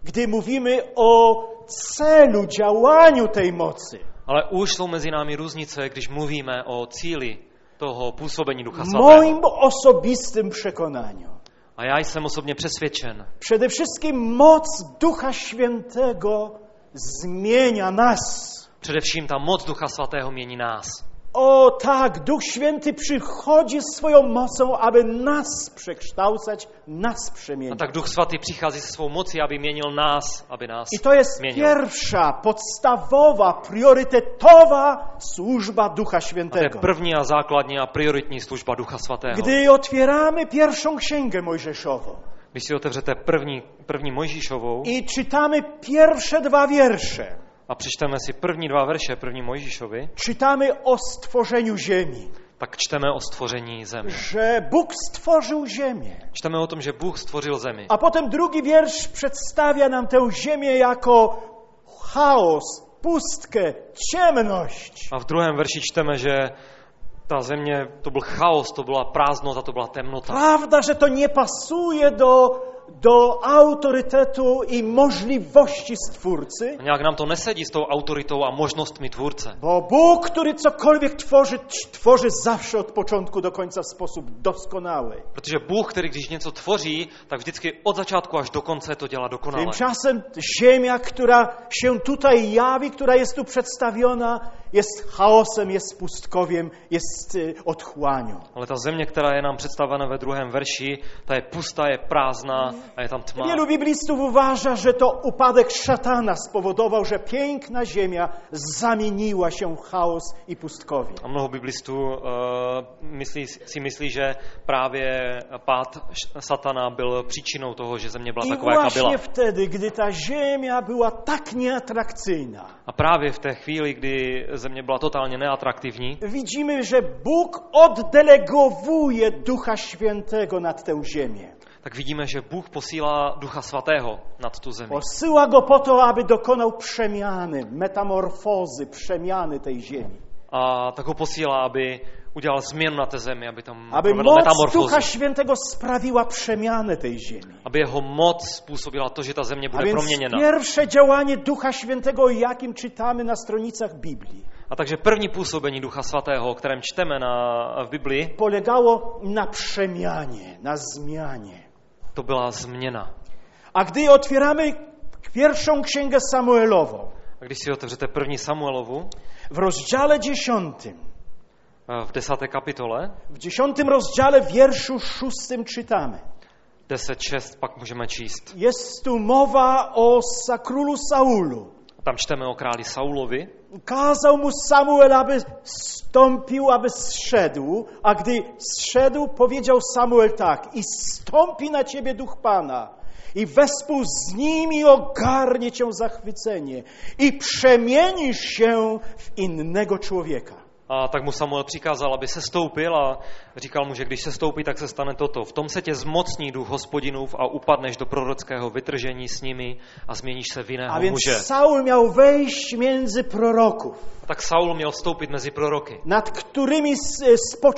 Speaker 2: gdy mówimy o celu, działaniu tej mocy.
Speaker 3: Ale už jsou mezi námi různice, když mluvíme o cíli toho působení Ducha
Speaker 2: W
Speaker 3: Svatého.
Speaker 2: moim osobistym przekonaniu.
Speaker 3: A já jsem osobně přesvědčen,
Speaker 2: Przede wszystkim moc Ducha Świętego zmienia nas.
Speaker 3: především ta moc Ducha Svatého mění nás.
Speaker 2: O tak, Duch Święty przychodzi swoją mocą, aby nas przekształcać, nas
Speaker 3: A
Speaker 2: przemieniać.
Speaker 3: tak Duch Svatý přichází se svou mocí, aby měnil nás, aby nás
Speaker 2: I to jest
Speaker 3: zmienił.
Speaker 2: pierwsza, podstawowa, priorytetowa służba Ducha
Speaker 3: A to je
Speaker 2: Świętego.
Speaker 3: první a základní a prioritní služba Ducha Svatého.
Speaker 2: Gdy otwieramy pierwszą księgę Mojżeszową
Speaker 3: Když si otevřete první, první Mojžíšovou
Speaker 2: i czytamy pierwsze dwa wiersze,
Speaker 3: a přečteme si první dva verše první Mojžíšovi,
Speaker 2: czytamy o stworzeniu ziemi,
Speaker 3: tak čteme o stvoření země.
Speaker 2: że Bóg stworzył ziemię.
Speaker 3: Čteme o tom, že Bůh stvořil zemi.
Speaker 2: A potem drugi wiersz przedstawia nam tę ziemię jako chaos, pustkę, ciemność.
Speaker 3: A v druhém verši čteme, že ta země, to byl chaos, to byla prázdnota, to byla temnota.
Speaker 2: Prawda, że to nie pasuje do, do autorytetu i możliwości Stwórcy,
Speaker 3: A nějak nám to nesedí s tou autoritou a možnostmi tvůrce.
Speaker 2: bo Bóg, który cokolwiek tworzy, tworzy zawsze od początku do końca w sposób doskonały.
Speaker 3: Protože Bůh, který když něco tvoří, tak vždycky od začátku až do konce to dělá dokonale.
Speaker 2: Tymczasem ziemia, która się tutaj jawi, która jest tu przedstawiona, jest chaosem, jest pustkowiem, jest y, otchłanią.
Speaker 3: Ale ta země, která je nám představena ve druhém verši, ta je pustá, je prázdná a je tam tma.
Speaker 2: Wielu biblistów uważa, że to upadek szatana spowodował, że piękna ziemia zamieniła się w chaos i pustkowie.
Speaker 3: A mnoho biblistů uh, myslí, si myslí, že právě pád š- satana byl příčinou toho, že země byla
Speaker 2: I
Speaker 3: taková, jaká byla.
Speaker 2: właśnie wtedy, gdy ta ziemia była tak nieatrakcyjna,
Speaker 3: A právě v té chvíli, kdy země byla totálně neatraktivní,
Speaker 2: widzimy, że Bóg oddelegowuje Ducha Świętego nad tę ziemię.
Speaker 3: tak vidíme, že Bůh posílá Ducha Svatého nad tu zemi.
Speaker 2: Posyła go po to, aby dokonał przemiany, metamorfozy, przemiany tej ziemi.
Speaker 3: A tak ho posílá, aby udělal změnu na té zemi, aby tam
Speaker 2: Aby
Speaker 3: provedl
Speaker 2: moc Ducha
Speaker 3: metamorfózu.
Speaker 2: Świętego sprawiła przemianę tej ziemi.
Speaker 3: Aby jeho moc způsobila to, že ta země
Speaker 2: A
Speaker 3: bude
Speaker 2: więc
Speaker 3: proměněna.
Speaker 2: pierwsze działanie Ducha Świętego, o jakim czytamy na stronicach Biblii,
Speaker 3: A takže první působení Ducha Svatého, o kterém čteme na, v Biblii,
Speaker 2: polegało na przemianie, na zmianie.
Speaker 3: to byla změna.
Speaker 2: A gdy otwieramy pierwszą księgę Samuelową,
Speaker 3: A když si otevřete první Samuelovu
Speaker 2: w rozdziale dziesiątym,
Speaker 3: eh, v desáté kapitole,
Speaker 2: w dziesiątym rozdziale wierszu szóstym czytamy.
Speaker 3: 10.6 pak můžeme číst.
Speaker 2: Jest tu mowa o Sakrólu Saulu.
Speaker 3: Tam čteme o králi Saulovi,
Speaker 2: Kazał mu Samuel, aby stąpił, aby zszedł, a gdy zszedł, powiedział Samuel tak, i stąpi na ciebie duch Pana, i wespół z nimi ogarnie cię zachwycenie, i przemienisz się w innego człowieka.
Speaker 3: A tak mu Samuel přikázal, aby se stoupil a říkal mu, že když se stoupí, tak se stane toto. V tom se tě zmocní duch hospodinův a upadneš do prorockého vytržení s nimi a změníš se v jiného
Speaker 2: A
Speaker 3: muže.
Speaker 2: więc Saul miał wejść między proroków,
Speaker 3: A tak Saul měl vstoupit mezi proroky.
Speaker 2: nad którymi s-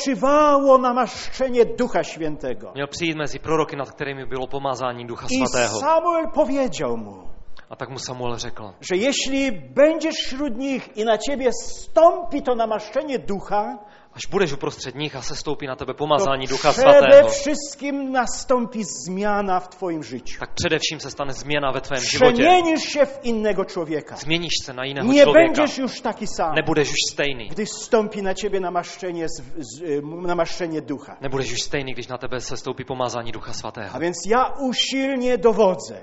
Speaker 2: spoczywało namaszczenie Ducha Świętego.
Speaker 3: Měl přijít mezi proroky, nad kterými bylo pomazání ducha
Speaker 2: I
Speaker 3: svatého.
Speaker 2: Samuel powiedział mu,
Speaker 3: A tak mu Samuel řekl,
Speaker 2: że jeśli będziesz wśród nich i na ciebie stąpi to namaszczenie ducha,
Speaker 3: až budeš uprostřed nich a se stoupí na tebe
Speaker 2: to
Speaker 3: pomazání ducha
Speaker 2: przede
Speaker 3: svatého,
Speaker 2: wszystkim nastąpi zmiana w twoim życiu.
Speaker 3: tak především se stane změna ve tvém životě.
Speaker 2: Przemienisz się w innego człowieka.
Speaker 3: Změníš se na jiného
Speaker 2: Nie
Speaker 3: člověka.
Speaker 2: będziesz już taki sam,
Speaker 3: Nebudeš už stejný.
Speaker 2: gdy stąpi na ciebie namaszczenie, z, z, y, namaszczenie ducha.
Speaker 3: Nebudeš už stejný, když na tebe se stoupí pomazání ducha svatého.
Speaker 2: A więc ja usilnie dowodzę.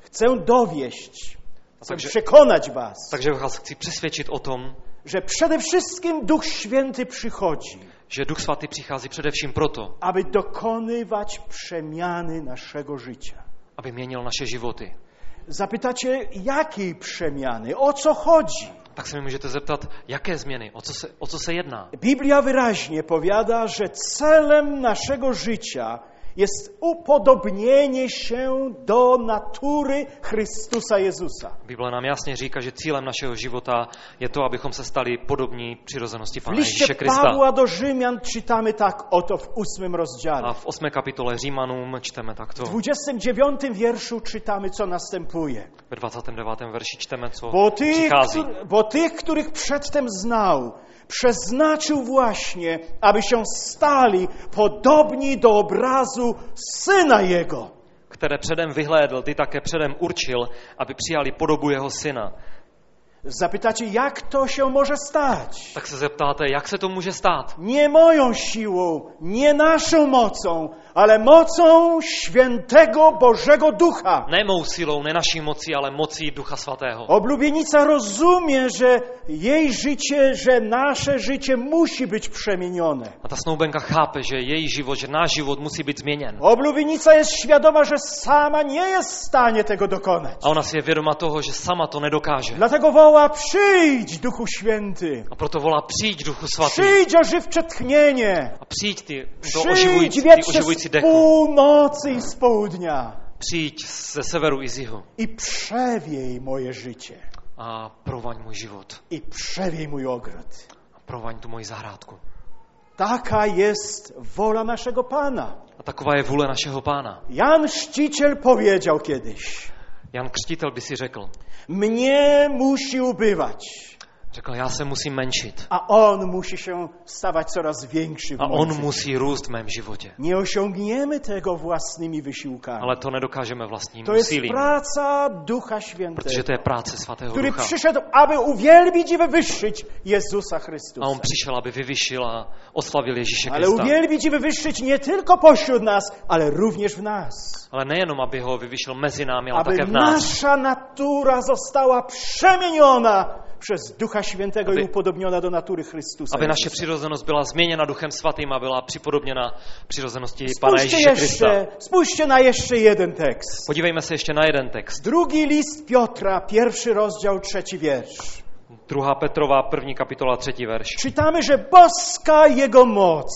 Speaker 2: Chcę dowieść, chcę
Speaker 3: Także- Tak-
Speaker 2: przekonać was,
Speaker 3: Takže vás chci přesvědčit o tom,
Speaker 2: że przede wszystkim Duch Święty przychodzi.
Speaker 3: že Duch Svatý přichází především proto,
Speaker 2: aby dokonywać przemiany naszego życia.
Speaker 3: aby měnil naše životy.
Speaker 2: Zapytacie, jakiej przemiany? O co chodzi?
Speaker 3: tak se mi můžete zeptat, jaké změny, o co se, o co se jedná.
Speaker 2: Biblia wyraźnie powiada, że celem naszego życia jest upodobnienie się do natury Chrystusa Jezusa.
Speaker 3: Bible nám jasně říká, že cílem našeho života je to, abychom se stali podobní přirozenosti
Speaker 2: W
Speaker 3: Pana Ježíše
Speaker 2: liście
Speaker 3: Krista.
Speaker 2: Pawła do Rzymian czytamy tak oto w ósmym rozdziale.
Speaker 3: A v 8. kapitole Římanům čteme takto.
Speaker 2: W 29 wierszu czytamy, co następuje.
Speaker 3: Ve 29. verši čteme, co
Speaker 2: Bo tych,
Speaker 3: přichází.
Speaker 2: któr- bo tych, których przedtem znał, przeznaczył właśnie, aby się stali podobni do obrazu Syna Jego.
Speaker 3: Které předem vyhlédl, ty také předem určil, aby přijali podobu jeho syna.
Speaker 2: Zapytacie, jak to się może stać?
Speaker 3: Tak se zeptáte, jak se to může stát?
Speaker 2: Nie moją siłą, nie naszą mocą, ale mocą świętego Bożego Ducha.
Speaker 3: Ne mou silou, ne naší mocí, ale mocí Ducha Svatého.
Speaker 2: Oblubienica rozumie, że jej życie, że nasze życie musi być przemienione.
Speaker 3: A ta snoubenka chápe, že její život, že náš život musí být změněn.
Speaker 2: Oblubienica jest świadoma, że sama nie jest w stanie tego dokonać.
Speaker 3: A ona si je vědoma toho, že sama to nedokáže.
Speaker 2: Dlatego woła: Przyjdź, Duchu Święty!
Speaker 3: A proto volá, přijď Duchu Svatý.
Speaker 2: Przyjdź ożywcze tchnienie!
Speaker 3: A přijď ty, to
Speaker 2: Przyjdź
Speaker 3: oživující, ty
Speaker 2: wietrze
Speaker 3: oživující
Speaker 2: z
Speaker 3: dechu.
Speaker 2: północy i z południa
Speaker 3: Přijď ze severu i z jihu
Speaker 2: i przewiej moje życie
Speaker 3: a provaň můj život.
Speaker 2: i przewiej mój ogród.
Speaker 3: A provaň tu moji zahrádku.
Speaker 2: Taka jest wola naszego Pana.
Speaker 3: A taková je vůle našeho pána.
Speaker 2: Jan Chrzciciel powiedział kiedyś:
Speaker 3: Jan Křtitel by si řekl,
Speaker 2: Mnie musi ubywać,
Speaker 3: řekl, já se musím menšit.
Speaker 2: a on musi się stawać coraz większy w
Speaker 3: A
Speaker 2: mocy.
Speaker 3: on musí růst v mém životě.
Speaker 2: Nie osiągniemy tego własnymi wysiłkami.
Speaker 3: Ale to nedokážeme vlastním
Speaker 2: To jest
Speaker 3: úsilím,
Speaker 2: praca Ducha
Speaker 3: protože
Speaker 2: Świętego,
Speaker 3: to je práce svatého
Speaker 2: który
Speaker 3: ducha.
Speaker 2: przyszedł, aby uwielbić i wywyższyć Jezusa
Speaker 3: A on
Speaker 2: Chrystusa.
Speaker 3: přišel, aby vyvyšil a oslavil Ježíše
Speaker 2: Ale
Speaker 3: Krista.
Speaker 2: uwielbić i wywyższyć nie tylko pośród nas, ale również w nas.
Speaker 3: Ale nejenom, aby ho vyvyšil mezi námi, ale
Speaker 2: Aby
Speaker 3: také v nás.
Speaker 2: nasza natura została przemieniona przez Ducha Świętego i
Speaker 3: Aby-
Speaker 2: upodobniona do natury Chrystusa.
Speaker 3: Aby naše
Speaker 2: Jezusa.
Speaker 3: přirozenost byla změněna Duchem Svatým a byla připodobněna přirozenosti Pana
Speaker 2: Spójrzcie,
Speaker 3: Ježíše Krista.
Speaker 2: jeszcze, spójrzcie na jeszcze jeden tekst.
Speaker 3: Podívejme se ještě na jeden text.
Speaker 2: Drugi list Piotra, pierwszy rozdział, trzeci wiersz.
Speaker 3: Druhá Petrova, první kapitola, třetí verš.
Speaker 2: Czytamy, że boska Jego moc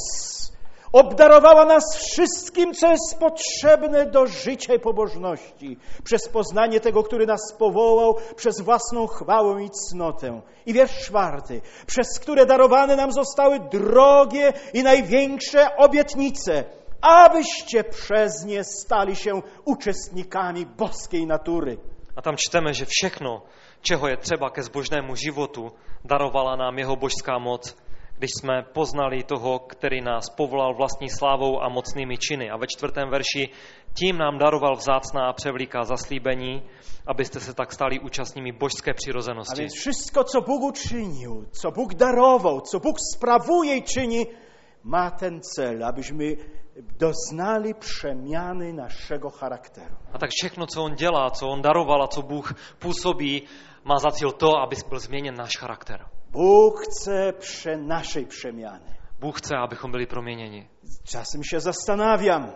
Speaker 2: obdarowała nas wszystkim, co jest potrzebne do życia i pobożności, przez poznanie tego, który nas powołał, przez własną chwałę i cnotę. I wiersz czwarty, przez które darowane nam zostały drogie i największe obietnice, abyście przez nie stali się uczestnikami boskiej natury.
Speaker 3: A tam čteme, že všechno, čeho je třeba ke zbožnému životu, darovala nám jeho božská moc, když jsme poznali toho, který nás povolal vlastní slávou a mocnými činy. A ve čtvrtém verši tím nám daroval vzácná a převlíká zaslíbení, abyste se tak stali účastními božské
Speaker 2: A
Speaker 3: přirozenosti.
Speaker 2: więc wszystko, co Bóg uczynił, co Bóg darował, co Bóg sprawuje i czyni, ma ten cel, abyśmy doznali przemiany naszego charakteru.
Speaker 3: A tak všechno, co on dělá, co on daroval a co Bůh působí, má za cíl to, aby byl změněn náš charakter.
Speaker 2: Bóg chce prze naszej přemiany.
Speaker 3: Bóh chce, abychom byli proměněni.
Speaker 2: Czasem się zastanawiam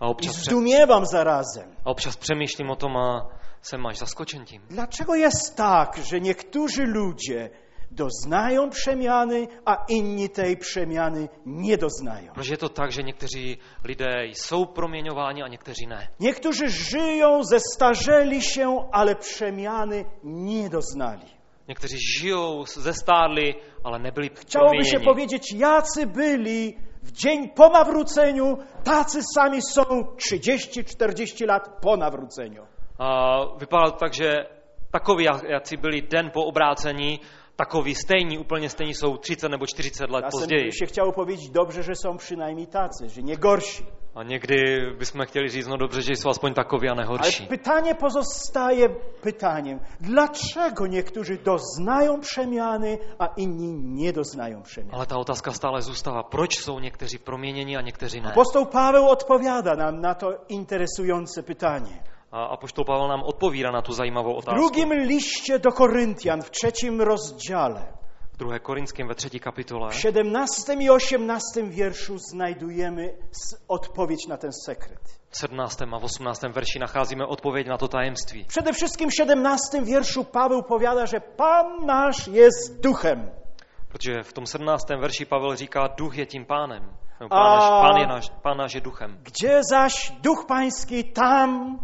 Speaker 3: A
Speaker 2: i
Speaker 3: občas, pře-
Speaker 2: zdumiewam zarazem.
Speaker 3: a občas přemýšlím o tom a jsem až zaskočen tím.
Speaker 2: Dlaczego jest tak, że niektórzy ludzie doznają przemiany, a inni tej przemiany nie doznają?
Speaker 3: Proč je to tak, že někteří lidé jsou proměňováni a někteří ne?
Speaker 2: Niektórzy żyją, zestarzeli się, ale przemiany nie doznali.
Speaker 3: Někteří žijou, zestárli, ale nebyli
Speaker 2: Chciałoby się
Speaker 3: proměněni.
Speaker 2: powiedzieć, jacy byli w dzień po nawróceniu, tacy sami są 30-40 lat po nawróceniu.
Speaker 3: A vypadá to tak, že takoví, jací byli den po obrácení, takoví stejní, úplně stejní jsou 30 nebo 40 let
Speaker 2: Czasem
Speaker 3: později.
Speaker 2: by się chciało powiedzieć, dobrze, że są przynajmniej tacy, że nie gorsi.
Speaker 3: A někdy bychom chtěli říct, no dobře, že jsou aspoň takoví a
Speaker 2: Ale
Speaker 3: nehorší.
Speaker 2: pytanie pozostaje pytaniem, dlaczego niektórzy doznają przemiany, a inni nie doznają przemiany?
Speaker 3: Ale ta otázka stále zůstává. Proč jsou někteří proměněni a někteří ne?
Speaker 2: Apostoł Paweł odpowiada nam na to interesujące pytanie.
Speaker 3: A Apoštol Pavel nám odpovídá na tu zajímavou
Speaker 2: W
Speaker 3: otázku.
Speaker 2: drugim liście do Koryntian, w trzecim rozdziale,
Speaker 3: V v 2. Korinském ve 3. kapitole,
Speaker 2: W 17 i 18 wierszu znajdujemy s- odpowiedź na ten sekret.
Speaker 3: v 17. a 18. verši nacházíme odpověď na to tajemství.
Speaker 2: Przede wszystkim w 17 wierszu Paweł powiada, że Pan nasz jest duchem.
Speaker 3: Protože v tom 17. verši Pavel říká, duch je tím pánem. Nebo
Speaker 2: A-
Speaker 3: Pán, naš, pán, je náš, pán náš je duchem.
Speaker 2: Gdzie zaś duch pański, tam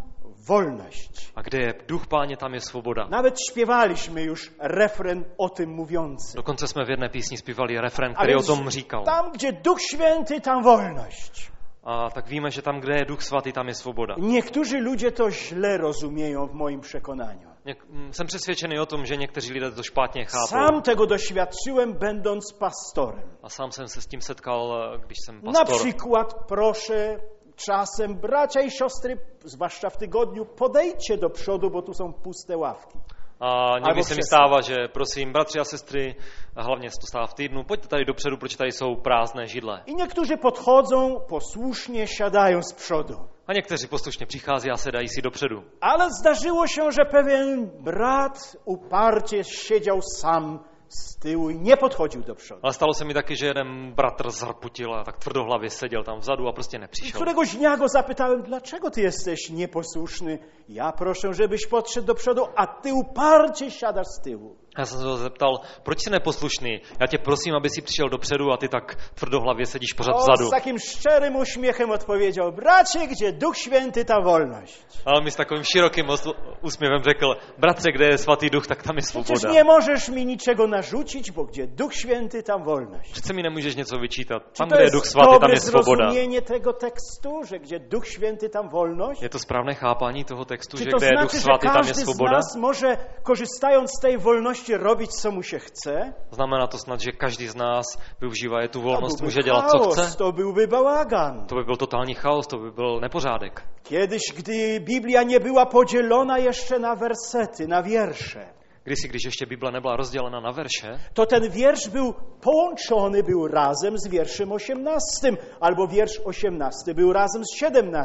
Speaker 2: wolność.
Speaker 3: A kde je duch páně, tam je svoboda.
Speaker 2: Nawet śpiewaliśmy już refren o tym mówiący.
Speaker 3: Dokonce jsme v jedné písni zpívali refren,
Speaker 2: A
Speaker 3: který o
Speaker 2: więc
Speaker 3: tom říkal.
Speaker 2: Tam, gdzie Duch Święty, tam wolność.
Speaker 3: A tak víme, že tam, kde je duch svatý, tam je svoboda.
Speaker 2: Niektórzy ludzie to źle rozumieją w moim przekonaniu.
Speaker 3: Něk- mm, jsem přesvědčený o tom, že někteří lidé to špatně chápou.
Speaker 2: Sam tego doświadczyłem, będąc pastorem.
Speaker 3: A sám jsem se s tím setkal, eh, když jsem
Speaker 2: Na
Speaker 3: pastor.
Speaker 2: przykład proszę czasem bracia i siostry, zwłaszcza w tygodniu, podejdźcie do przodu, bo tu są puste ławki.
Speaker 3: A
Speaker 2: Albo
Speaker 3: někdy se mi
Speaker 2: přes-
Speaker 3: stává, že prosím bratři a sestry, a hlavně se to stává v týdnu, pojďte tady dopředu, protože tady jsou prázdné židle.
Speaker 2: I niektórzy podchodzą, posłusznie siadają z przodu.
Speaker 3: A někteří poslušně přichází a sedají si dopředu.
Speaker 2: Ale zdarzyło się, że pewien brat uparcie siedział sam z tyłu i nie podchodził do przodu.
Speaker 3: Ale stalo se mi taky, že jeden bratr zarputil a tak tvrdohlavě seděl tam vzadu a prostě
Speaker 2: I
Speaker 3: nepřišel.
Speaker 2: któregoś dnia go zapytałem, dlaczego ty jesteś nieposłuszny? Ja proszę, żebyś podszedł do przodu, a ty uparcie siadasz z tyłu.
Speaker 3: Já jsem se ho zeptal, proč jsi neposlušný? Já tě prosím, aby si přišel dopředu a ty tak tvrdohlavě sedíš pořád
Speaker 2: On z
Speaker 3: vzadu.
Speaker 2: takim szczerym uśmiechem odpowiedział, bracie, gdzie Duch Święty, ta wolność.
Speaker 3: A on mi s takovým širokým osl- úsměvem řekl, bratře, kde je svatý duch, tak tam je
Speaker 2: Przecież
Speaker 3: svoboda.
Speaker 2: nie możesz mi niczego narzucić, bo gdzie Duch Święty, tam wolność.
Speaker 3: Přece mi nemůžeš něco vyčítat.
Speaker 2: Czy
Speaker 3: Tam,
Speaker 2: to
Speaker 3: kde je
Speaker 2: jest
Speaker 3: duch svatý, tam
Speaker 2: dobre
Speaker 3: je svoboda.
Speaker 2: zrozumienie tego tekstu, że gdzie Duch Święty, tam wolność?
Speaker 3: Je to správné chápání toho textu,
Speaker 2: Czy
Speaker 3: že
Speaker 2: to
Speaker 3: kde je duch
Speaker 2: znaczy, że
Speaker 3: svatý, tam je
Speaker 2: każdy z
Speaker 3: svoboda?
Speaker 2: nas może, korzystając z tej wolności, robić, co mu się chce?
Speaker 3: Znamená to snad, že každý z nás využívá je tu
Speaker 2: To
Speaker 3: volnost,
Speaker 2: byłby
Speaker 3: může dělat, co
Speaker 2: chaos,
Speaker 3: chce?
Speaker 2: to byłby bałagan.
Speaker 3: To by byl totální chaos, to by byl nepořádek.
Speaker 2: Kiedyś, gdy Biblia nie była podzielona jeszcze na wersety, na wiersze,
Speaker 3: Kdysi, když ještě Bible nebyla rozdělena na verše,
Speaker 2: to ten wiersz był połączony, był razem z wierszem 18, albo wiersz 18 był razem z 17.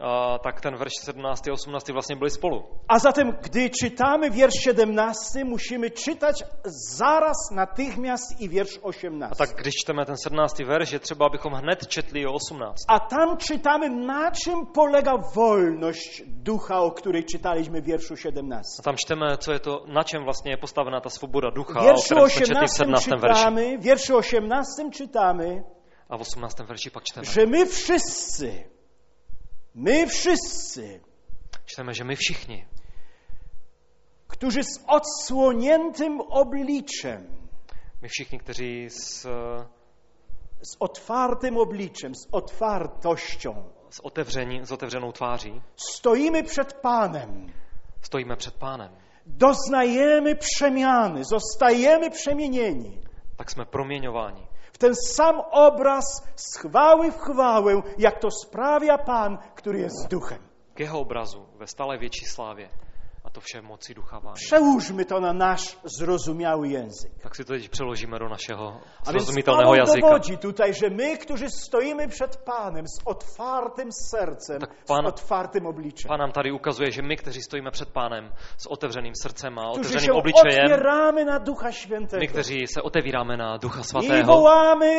Speaker 3: a, tak ten verš 17 a 18 vlastně byly spolu.
Speaker 2: A zatem, gdy czytamy wiersz 17, musimy czytać zaraz, natychmiast i wiersz 18.
Speaker 3: A tak když čteme ten 17. verš, je třeba, abychom hned četli o 18.
Speaker 2: A tam czytamy, na czym polega wolność ducha, o której czytaliśmy w wierszu 17.
Speaker 3: A tam čteme, co je to, na čem vlastně je postavená ta svoboda ducha,
Speaker 2: W
Speaker 3: o
Speaker 2: wierszu
Speaker 3: kterém jsme četli v
Speaker 2: 18
Speaker 3: 17. verši.
Speaker 2: czytamy, w wierszu 18 czytamy,
Speaker 3: A v 18. verši pak čteme.
Speaker 2: że my wszyscy, my wszyscy,
Speaker 3: Čteme, že my všichni,
Speaker 2: którzy z odsłoniętym obliczem,
Speaker 3: my všichni, kteří s,
Speaker 2: z otwartym obliczem, z otwartością,
Speaker 3: s, otevření, s otevřenou tváří
Speaker 2: stoimy przed Panem,
Speaker 3: stojíme před pánem,
Speaker 2: doznajemy przemiany, zostajemy przemienieni.
Speaker 3: tak jsme proměňováni.
Speaker 2: w ten sam obraz z chwały w chwałę, jak to sprawia Pan, który jest duchem.
Speaker 3: K jeho obrazu ve stále větší slávě. A to vše v moci ducha páně.
Speaker 2: Przełóżmy to na nasz zrozumiały język.
Speaker 3: Tak si to teď přeložíme do našeho
Speaker 2: A więc
Speaker 3: srozumitelného
Speaker 2: Paweł
Speaker 3: jazyka.
Speaker 2: dowodzi tutaj, że my, którzy stoimy przed Panem z otwartym sercem,
Speaker 3: Tak Pan-
Speaker 2: z otwartym obliczem,
Speaker 3: Pán nám tady ukazuje, že my, kteří stojíme před pánem s otevřeným srdcem a
Speaker 2: którzy się
Speaker 3: otevřeným obličejem,
Speaker 2: otwieramy na Ducha
Speaker 3: my,
Speaker 2: Świętego
Speaker 3: kteří se otevíráme na Ducha
Speaker 2: i
Speaker 3: Svatého
Speaker 2: wołamy,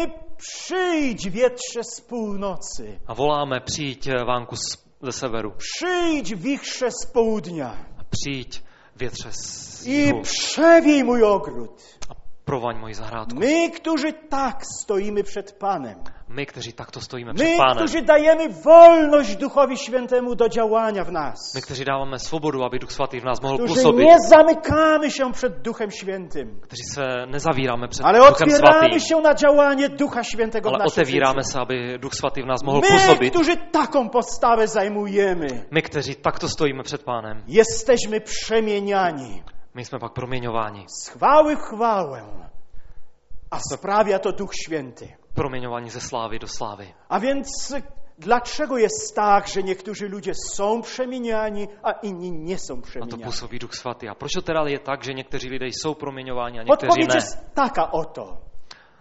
Speaker 2: przyjdź wietrze z północy,
Speaker 3: a voláme, přijď eh, vánku z, ze severu,
Speaker 2: przyjdź wichrze z południa
Speaker 3: a přijď větře z
Speaker 2: i
Speaker 3: jihu
Speaker 2: przewiej mój ogród.
Speaker 3: a provaň moji zahrádku.
Speaker 2: My, którzy tak stoimy przed Panem,
Speaker 3: My, kteří takto stojíme před
Speaker 2: my,
Speaker 3: pánem,
Speaker 2: którzy dajemy wolność Duchowi Świętemu do działania w nas,
Speaker 3: my, kteří dáváme svobodu, aby Duch Svatý v nás mohl
Speaker 2: którzy
Speaker 3: působit,
Speaker 2: nie zamykamy się przed Duchem Świętym,
Speaker 3: kteří se nezavíráme před
Speaker 2: ale
Speaker 3: Duchem
Speaker 2: otwieramy
Speaker 3: Svatým,
Speaker 2: się na działanie Ducha Świętego w
Speaker 3: ale
Speaker 2: naszym życiu.
Speaker 3: otevíráme se, aby Duch Svatý v nás mohl
Speaker 2: My,
Speaker 3: působit.
Speaker 2: którzy taką postawę zajmujemy,
Speaker 3: My, kteří takto stojíme před pánem,
Speaker 2: jesteśmy przemieniani
Speaker 3: my jsme pak proměňováni.
Speaker 2: z chwały w chwałę, a sprawia to Duch Święty.
Speaker 3: Proměňováni ze slávy do slávy.
Speaker 2: A więc dlaczego jest tak, że niektórzy ludzie są przemieniani, a inni nie są
Speaker 3: A to
Speaker 2: przemieniani?
Speaker 3: působí Duch Svatý. A proč to teda je tak, že někteří lidé jsou proměňováni a někteří
Speaker 2: Odpowiedź
Speaker 3: ne?
Speaker 2: jest taka oto.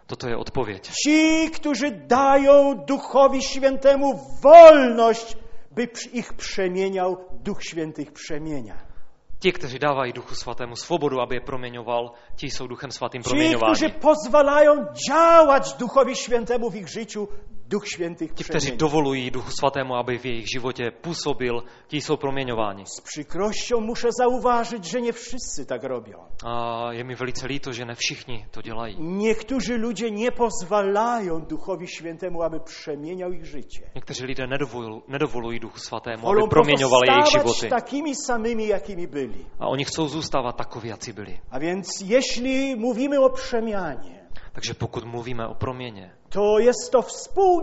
Speaker 3: Toto je odpověď.
Speaker 2: Ci, którzy dają Duchowi Świętemu wolność, by przy- ich przemieniał, Duch Święty ich przemienia.
Speaker 3: Ti, kteří dávají Duchu Svatému svobodu, aby je proměňoval, ti jsou Duchem Svatým
Speaker 2: Ci,
Speaker 3: proměňováni.
Speaker 2: którzy pozwalają działać Duchowi Świętemu w ich życiu, Duch Święty ich
Speaker 3: Ti, kteří
Speaker 2: przemienia.
Speaker 3: dovolují Duchu Svatému, aby v jejich životě působil, ti jsou proměňováni.
Speaker 2: Z przykrością muszę zauważyć, że nie wszyscy tak robią.
Speaker 3: A je mi velice líto, že ne všichni to dělají.
Speaker 2: Niektórzy ludzie nie pozwalają Duchowi Świętemu, aby przemieniał ich życie.
Speaker 3: Někteří lidé nedovolují, nedovolují Duchu Svatému, aby
Speaker 2: Wolą po prostu
Speaker 3: proměňoval jejich životy.
Speaker 2: stawać takimi samymi, jakimi byli.
Speaker 3: A oni chcou zůstávat takoví, jací byli.
Speaker 2: A więc jeśli mówimy o przemianie,
Speaker 3: Takže pokud mluvíme o proměně,
Speaker 2: to jest to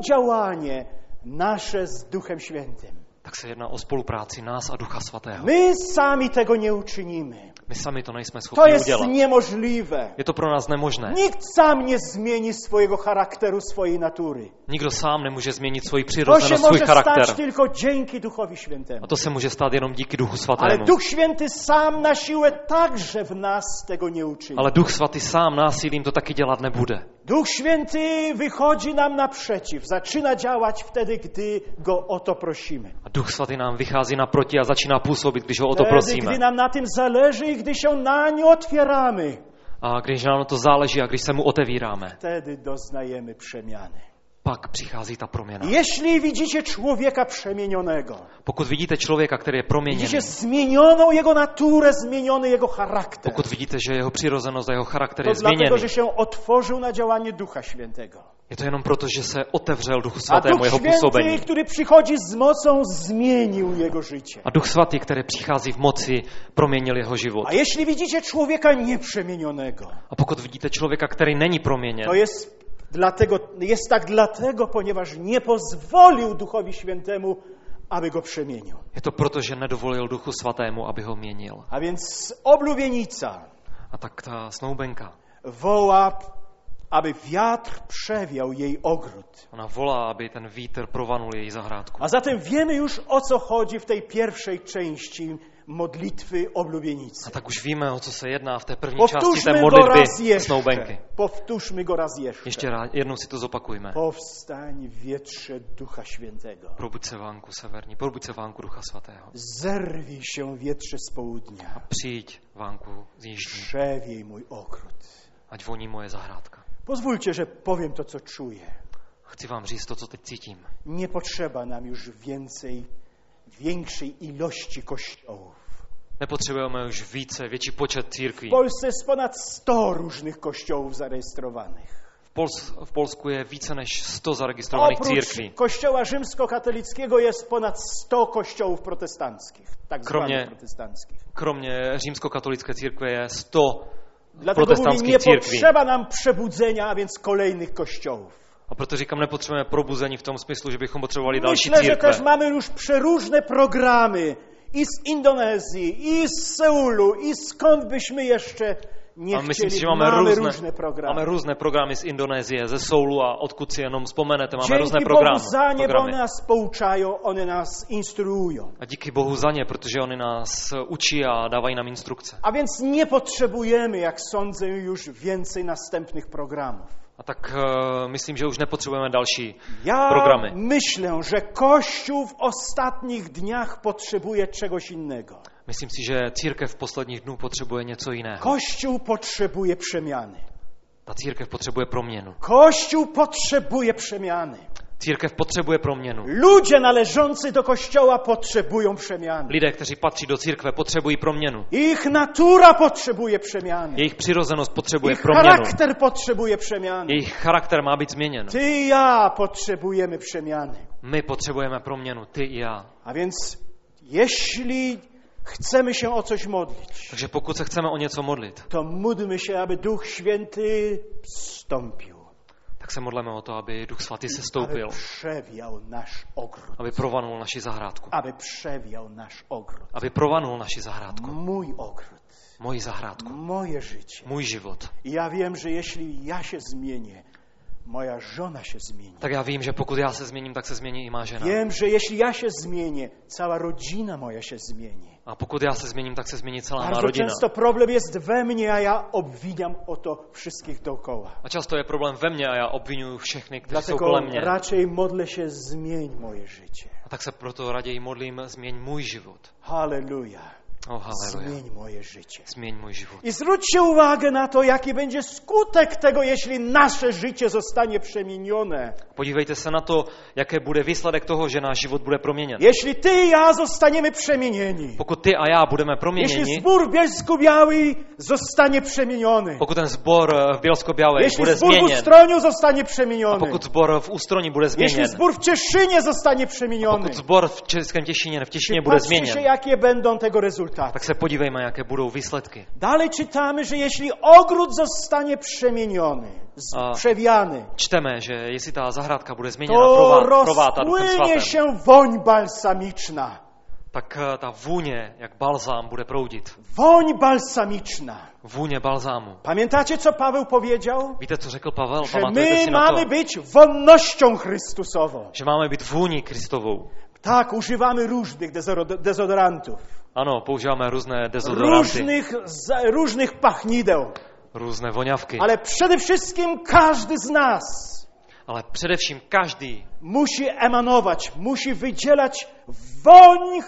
Speaker 2: współdziałanie nasze z Duchem Świętym.
Speaker 3: tak se jedná o spolupráci nás a Ducha Svatého.
Speaker 2: My sami tego nie uczynimy.
Speaker 3: My sami to nejsme
Speaker 2: To
Speaker 3: schopni
Speaker 2: jest
Speaker 3: udělat.
Speaker 2: niemożliwe.
Speaker 3: Je to pro nás nemožné.
Speaker 2: Nikt sam nie zmieni swojego charakteru, swojej natury.
Speaker 3: Nikdo sám nemůže změnit svoji
Speaker 2: To się
Speaker 3: přirozenost, svůj
Speaker 2: może stać
Speaker 3: charakter.
Speaker 2: tylko dzięki Duchowi Świętemu.
Speaker 3: A to se může stát jenom díky Duchu
Speaker 2: Ale
Speaker 3: Svatému.
Speaker 2: Duch Święty sam na siłę także w nas tego nie uczyni.
Speaker 3: Ale Duch Svatý sám násilím to taky dělat nebude.
Speaker 2: Duch Święty wychodzi nam naprzeciw, zaczyna działać wtedy, gdy Go o to prosimy.
Speaker 3: A Duch Svatý nám vychází naproti a začíná působit, když ho o to
Speaker 2: Wtedy,
Speaker 3: prosíme.
Speaker 2: gdy nam na tym zależy i gdy się na nie otwieramy,
Speaker 3: A když nám na to záleží a když se mu otevíráme,
Speaker 2: wtedy doznajemy przemiany.
Speaker 3: pak přichází ta proměna.
Speaker 2: Jeśli widzicie człowieka przemienionego,
Speaker 3: Pokud vidíte člověka, který je proměněný,
Speaker 2: widzicie zmienioną jego naturę, zmieniony jeho charakter,
Speaker 3: pokud vidíte, že jeho přirozenost a jeho charakter
Speaker 2: to
Speaker 3: je
Speaker 2: dlatego,
Speaker 3: změněný,
Speaker 2: że się otworzył na działanie Ducha Świętego.
Speaker 3: je to jenom proto, že se otevřel Duchu
Speaker 2: A
Speaker 3: Svatému,
Speaker 2: Duch
Speaker 3: jeho
Speaker 2: Święty,
Speaker 3: působení.
Speaker 2: który przychodzi z mocą, zmienił jego życie.
Speaker 3: A Duch Svatý, který přichází v moci, proměnil jeho život.
Speaker 2: A jeśli widzicie człowieka nieprzemienionego,
Speaker 3: A pokud vidíte člověka, který není proměněn,
Speaker 2: to jest, dlatego, jest tak dlatego, ponieważ nie pozwolił Duchowi Świętemu, aby go przemienił.
Speaker 3: je to proto, že nedovolil Duchu Svatému, aby ho měnil.
Speaker 2: A więc oblubienica
Speaker 3: A tak ta snoubenka,
Speaker 2: woła, aby wiatr przewiał jej ogród.
Speaker 3: ona volá, aby ten vítr provanul její zahrádku.
Speaker 2: A zatem wiemy już o co chodzi w tej pierwszej części modlitwy
Speaker 3: A
Speaker 2: oblubienicy.
Speaker 3: tak už víme, o co se jedná v té první části té
Speaker 2: Powtórzmy go
Speaker 3: modlitby
Speaker 2: raz jeszcze.
Speaker 3: snoubenky.
Speaker 2: Powtórzmy go raz
Speaker 3: Ještě
Speaker 2: jeszcze.
Speaker 3: rád, jednou si to zopakujme.
Speaker 2: Powstań wietrze Ducha Świętego.
Speaker 3: Probuď se vánku severní, probuď se vánku Ducha Svatého.
Speaker 2: Zerwij się wietrze z południa.
Speaker 3: Přijď vánku z jižní,
Speaker 2: Przewiej mój ogród.
Speaker 3: ať voní moje zahrádka.
Speaker 2: Pozwólcie, że powiem to, co czuję.
Speaker 3: Chci vám říct to, co teď cítím.
Speaker 2: Nie potrzeba nam już więcej, większej ilości kościołów.
Speaker 3: Nepotřebujeme už více, větší počet
Speaker 2: W
Speaker 3: církví.
Speaker 2: Polsce jest ponad 100 różnych kościołów zarejestrowanych.
Speaker 3: V, Pols- v Polsku je více než 100 zaregistrovaných
Speaker 2: Oprócz
Speaker 3: církví.
Speaker 2: kościoła rzymskokatolickiego jest ponad 100 kościołów protestanckich, tak
Speaker 3: Kromie-
Speaker 2: zwanych protestanckých.
Speaker 3: Kromě římskokatolické církve je 100
Speaker 2: Dlatego mówię,
Speaker 3: protestantských
Speaker 2: nie
Speaker 3: církví.
Speaker 2: potrzeba nam przebudzenia, a więc kolejnych kościołów.
Speaker 3: A proto říkám, nepotřebujeme probuzení v tom smyslu, že bychom potřebovali další
Speaker 2: Myślę, że
Speaker 3: církve.
Speaker 2: też mamy już przeróżne programy i z Indonezji, i z Seulu, i skąd byśmy jeszcze nie
Speaker 3: A myslím si,
Speaker 2: chcieli.
Speaker 3: že máme,
Speaker 2: Mamy
Speaker 3: různé,
Speaker 2: różne
Speaker 3: máme
Speaker 2: programy.
Speaker 3: různé programy z Indonésie, ze Soulu a odkud si jenom vzpomenete, máme různé
Speaker 2: Dzięki Bogu
Speaker 3: programy.
Speaker 2: za nie, bo
Speaker 3: programy.
Speaker 2: one nas pouczają, one nas instruują.
Speaker 3: A díky Bohu za ně, protože oni nás učí a dávají nám instrukce.
Speaker 2: A więc nie potrzebujemy, jak sądzę, już więcej następnych programów.
Speaker 3: A tak eh, myslím, že už nepotřebujeme další
Speaker 2: Ja
Speaker 3: programy.
Speaker 2: myślę, że Kościół w ostatnich dniach potrzebuje czegoś innego.
Speaker 3: Myslím si, že církev v posledních dnů potřebuje něco jiného.
Speaker 2: Kościół potrzebuje przemiany.
Speaker 3: Ta církev potřebuje proměnu.
Speaker 2: Kościół potrzebuje przemiany.
Speaker 3: Církev potřebuje proměnu.
Speaker 2: Ludzie należący do Kościoła potrzebują przemiany.
Speaker 3: Lidé, kteří patří do církve, potřebují proměnu.
Speaker 2: Ich natura potrzebuje przemiany.
Speaker 3: Jejich přirozenost potřebuje
Speaker 2: Ich
Speaker 3: proměnu.
Speaker 2: charakter potrzebuje przemiany.
Speaker 3: Jejich charakter má být změněn.
Speaker 2: Ty i ja potrzebujemy przemiany.
Speaker 3: My potřebujeme proměnu, ty i já.
Speaker 2: A więc jeśli chcemy się o coś modlić,
Speaker 3: Takže pokud se chceme o něco modlit,
Speaker 2: to módlmy się, aby Duch Święty wstąpił,
Speaker 3: tak se modleme o to, aby Duch Svatý se
Speaker 2: aby
Speaker 3: stoupil,
Speaker 2: przewiał nasz ogród,
Speaker 3: aby provanul naši zahrádku.
Speaker 2: aby przewiał nasz ogród,
Speaker 3: Aby provanul naši zahrádku,
Speaker 2: mój ogród,
Speaker 3: moji zahrádku,
Speaker 2: moje życie.
Speaker 3: můj život.
Speaker 2: I ja wiem, że jeśli ja się zmienię, moja żona się zmieni.
Speaker 3: Tak já vím, že pokud já se změním, tak se změní i má žena.
Speaker 2: Wiem, że jeśli ja się zmienię, cała rodzina moja się zmieni.
Speaker 3: A pokud já se změním, tak se změní celá má
Speaker 2: Bardzo
Speaker 3: rodina.
Speaker 2: często problem jest we mnie, a ja obwiniam o to wszystkich dookoła.
Speaker 3: A často je problém ve mně a já obvinuju všechny, kteří jsou
Speaker 2: Dlatego
Speaker 3: kolem mě.
Speaker 2: raczej modlę się, zmień moje życie.
Speaker 3: A tak se proto raději modlím, změň můj život.
Speaker 2: Halleluja.
Speaker 3: O, haleluja.
Speaker 2: Zmień moje życie.
Speaker 3: Změň můj život.
Speaker 2: I zwróćcie uwagę na to, jaki będzie skutek tego, jeśli nasze życie zostanie przemienione.
Speaker 3: Tak. Podívejte se na to, jaké bude výsledek toho, že náš život bude proměněn.
Speaker 2: Jeśli ty i ja zostaniemy przemienieni.
Speaker 3: Pokud ty a já budeme
Speaker 2: Jeśli
Speaker 3: proměněni,
Speaker 2: zbór bielsko-biały zostanie przemieniony.
Speaker 3: pokud ten sbor eh, v Bělsko-Bělej
Speaker 2: Jeśli
Speaker 3: bude
Speaker 2: zbór w
Speaker 3: změněn,
Speaker 2: Ustroniu zostanie
Speaker 3: a
Speaker 2: przemieniony.
Speaker 3: pokud sbor v Ústroní bude změněn,
Speaker 2: Jeśli zbór w Cieszynie zostanie przemieniony.
Speaker 3: pokud sbor v Českém Těšíně, v Těšině bude
Speaker 2: Patrzcie się,
Speaker 3: změněn,
Speaker 2: jakie będą tego rezultaty.
Speaker 3: tak se podívejme, jaké budou výsledky.
Speaker 2: Dalej czytamy, że jeśli ogród zostanie przemieniony, z-
Speaker 3: A.
Speaker 2: przewiany,
Speaker 3: Čteme, že jestli ta zahrádka bude změněna,
Speaker 2: to
Speaker 3: prová- prováta duchem
Speaker 2: rozpłynie
Speaker 3: svatým,
Speaker 2: się woń balsamiczna.
Speaker 3: tak eh, ta vůně, jak balzám, bude proudit.
Speaker 2: Woń balsamiczna.
Speaker 3: Vůně balzámu.
Speaker 2: Pamiętacie, co Paweł powiedział?
Speaker 3: Víte, co řekl Pavel?
Speaker 2: Że
Speaker 3: Pamatujete
Speaker 2: my
Speaker 3: si na No, to,
Speaker 2: mamy być wonnością Chrystusową.
Speaker 3: že máme být vůní Kristovou.
Speaker 2: Tak, używamy różnych dezoro- dezodorantów,
Speaker 3: Ano, používáme různé dezodoranty,
Speaker 2: różnych, z- różnych pachnideł,
Speaker 3: různé voňavky,
Speaker 2: ale przede wszystkim każdy z nas
Speaker 3: ale především každý
Speaker 2: musi emanować, musi wydzielać woń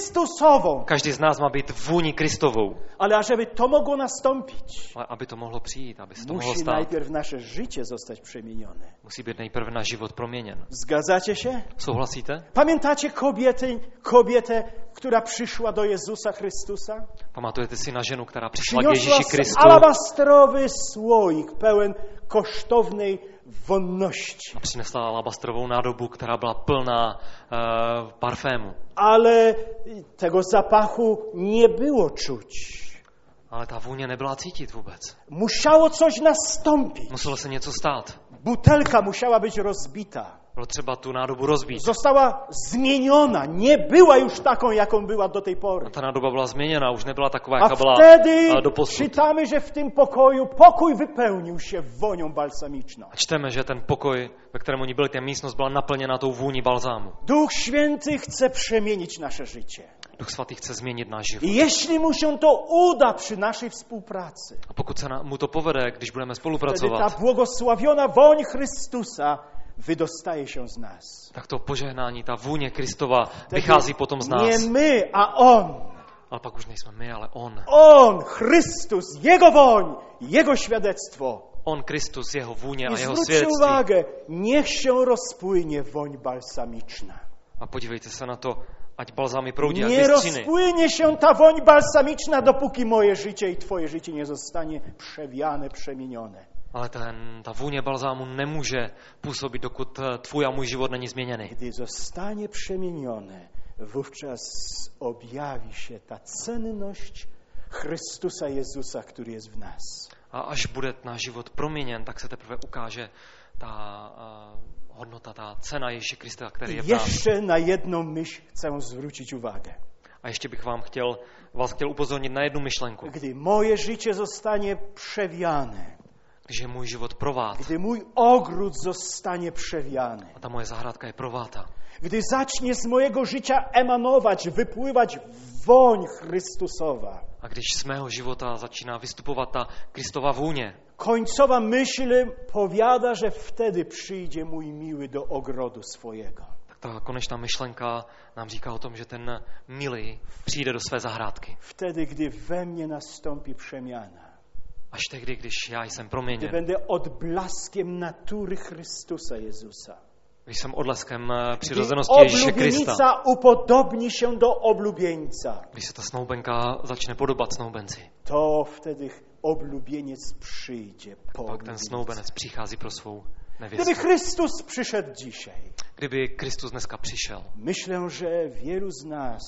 Speaker 2: Chrystusową.
Speaker 3: Každý z nás má být vůní Kristovou.
Speaker 2: Ale ażeby to mogło nastąpić,
Speaker 3: Ale aby to mohlo přijít, aby se to mohlo
Speaker 2: musi
Speaker 3: stát,
Speaker 2: najpierw nasze życie zostać przemienione.
Speaker 3: musí být nejprve náš život proměněn.
Speaker 2: Zgadzacie się?
Speaker 3: Souhlasíte?
Speaker 2: Pamiętacie kobiety, kobietę, która przyszła do Jezusa Chrystusa?
Speaker 3: Pamatujete si na ženu, která přišla k
Speaker 2: Przyniosła
Speaker 3: Ježíši Kristu
Speaker 2: alabastrowy słoik pełen kosztownej wonności.
Speaker 3: a přinesla alabastrovou nádobu, která byla plná uh, parfému.
Speaker 2: Ale tego zapachu nie było czuć.
Speaker 3: Ale ta vůně nebyla cítit vůbec.
Speaker 2: Musiało coś nastąpić.
Speaker 3: Muselo se něco stát.
Speaker 2: Butelka musiała być rozbita.
Speaker 3: Bylo třeba tu nádobu rozbít.
Speaker 2: Została zmieniona. Nie była już taką, jaką była do tej pory.
Speaker 3: A ta nádoba byla změněna, už nebyla taková,
Speaker 2: A
Speaker 3: jaká byla
Speaker 2: wtedy
Speaker 3: do posud.
Speaker 2: czytamy, że w tym pokoju pokój wypełnił się wonią balsamiczną.
Speaker 3: A čteme, že ten pokoj, ve kterém oni byli, ta místnost byla naplněna tou vůní balzámu.
Speaker 2: Duch Święty chce przemienić nasze życie.
Speaker 3: Duch svatý chce změnit náš život.
Speaker 2: I jeśli mu się to uda przy naszej współpracy,
Speaker 3: A pokud se na- mu to povede, když budeme
Speaker 2: wtedy ta
Speaker 3: spolupracovat,
Speaker 2: błogosławiona woń Chrystusa wydostaje się z nas.
Speaker 3: tak to požehnání, ta vůně Kristova
Speaker 2: Wtedy
Speaker 3: vychází potom z nás.
Speaker 2: Nie my, a On.
Speaker 3: Ale pak už nejsme my, ale On.
Speaker 2: On, Chrystus, Jego woń, Jego świadectwo.
Speaker 3: On Kristus, jeho vůně
Speaker 2: I
Speaker 3: a jeho
Speaker 2: zwróćcie
Speaker 3: svědectví.
Speaker 2: uwagę, niech się rozpłynie woń balsamiczna.
Speaker 3: A podívejte se na to, ať balzámy proudí, ať
Speaker 2: Nie
Speaker 3: bystřiny.
Speaker 2: rozpłynie się ta woń balsamiczna, dopóki moje życie i Twoje życie nie zostanie przewiane, przemienione.
Speaker 3: Ale ten, ta vůně balzámu nemůže působit, dokud eh, tvůj a můj život není změněný.
Speaker 2: Gdy zostanie przemienione, wówczas objawi się ta cenność Chrystusa Jezusa, który jest w nas.
Speaker 3: A až bude náš život proměněn, tak se teprve ukáže ta eh, hodnota, ta cena Ježíše Krista, který je
Speaker 2: I
Speaker 3: v nás.
Speaker 2: jeszcze na jedną myśl chcę zwrócić uwagę.
Speaker 3: A ještě bych vám chtěl, vás chtěl upozornit na jednu myšlenku.
Speaker 2: Gdy moje życie zostanie przewiane,
Speaker 3: Když je můj život provát,
Speaker 2: gdy mój ogród zostanie przewiany,
Speaker 3: A ta moje zahrádka je prováta.
Speaker 2: gdy zacznie z mojego życia emanować, wypływać woń Chrystusowa.
Speaker 3: A když z mého života začíná vystupovat ta Kristova vůně,
Speaker 2: Końcowa myśl powiada, że wtedy przyjdzie mój miły do ogrodu swojego.
Speaker 3: tak ta konečná myšlenka nám říká o tom, že ten milý přijde do své zahrádky.
Speaker 2: Wtedy, gdy we mnie nastąpi przemiana,
Speaker 3: Až tehdy, když já jsem
Speaker 2: gdy
Speaker 3: proměněn,
Speaker 2: będę odblaskiem natury Chrystusa Jezusa.
Speaker 3: když jsem odleskem eh,
Speaker 2: Gdy
Speaker 3: přirozenosti Ježíše Krista,
Speaker 2: oblubienica upodobni się do oblubieńca.
Speaker 3: když se ta snoubenka začne podobat snoubenci,
Speaker 2: to wtedy oblubieniec przyjdzie po
Speaker 3: pak ten snoubenec přichází pro svou
Speaker 2: Gdyby
Speaker 3: nevěstu.
Speaker 2: Chrystus przyszedł dzisiaj,
Speaker 3: Kdyby Kristus dneska přišel,
Speaker 2: myślę, że wielu z nas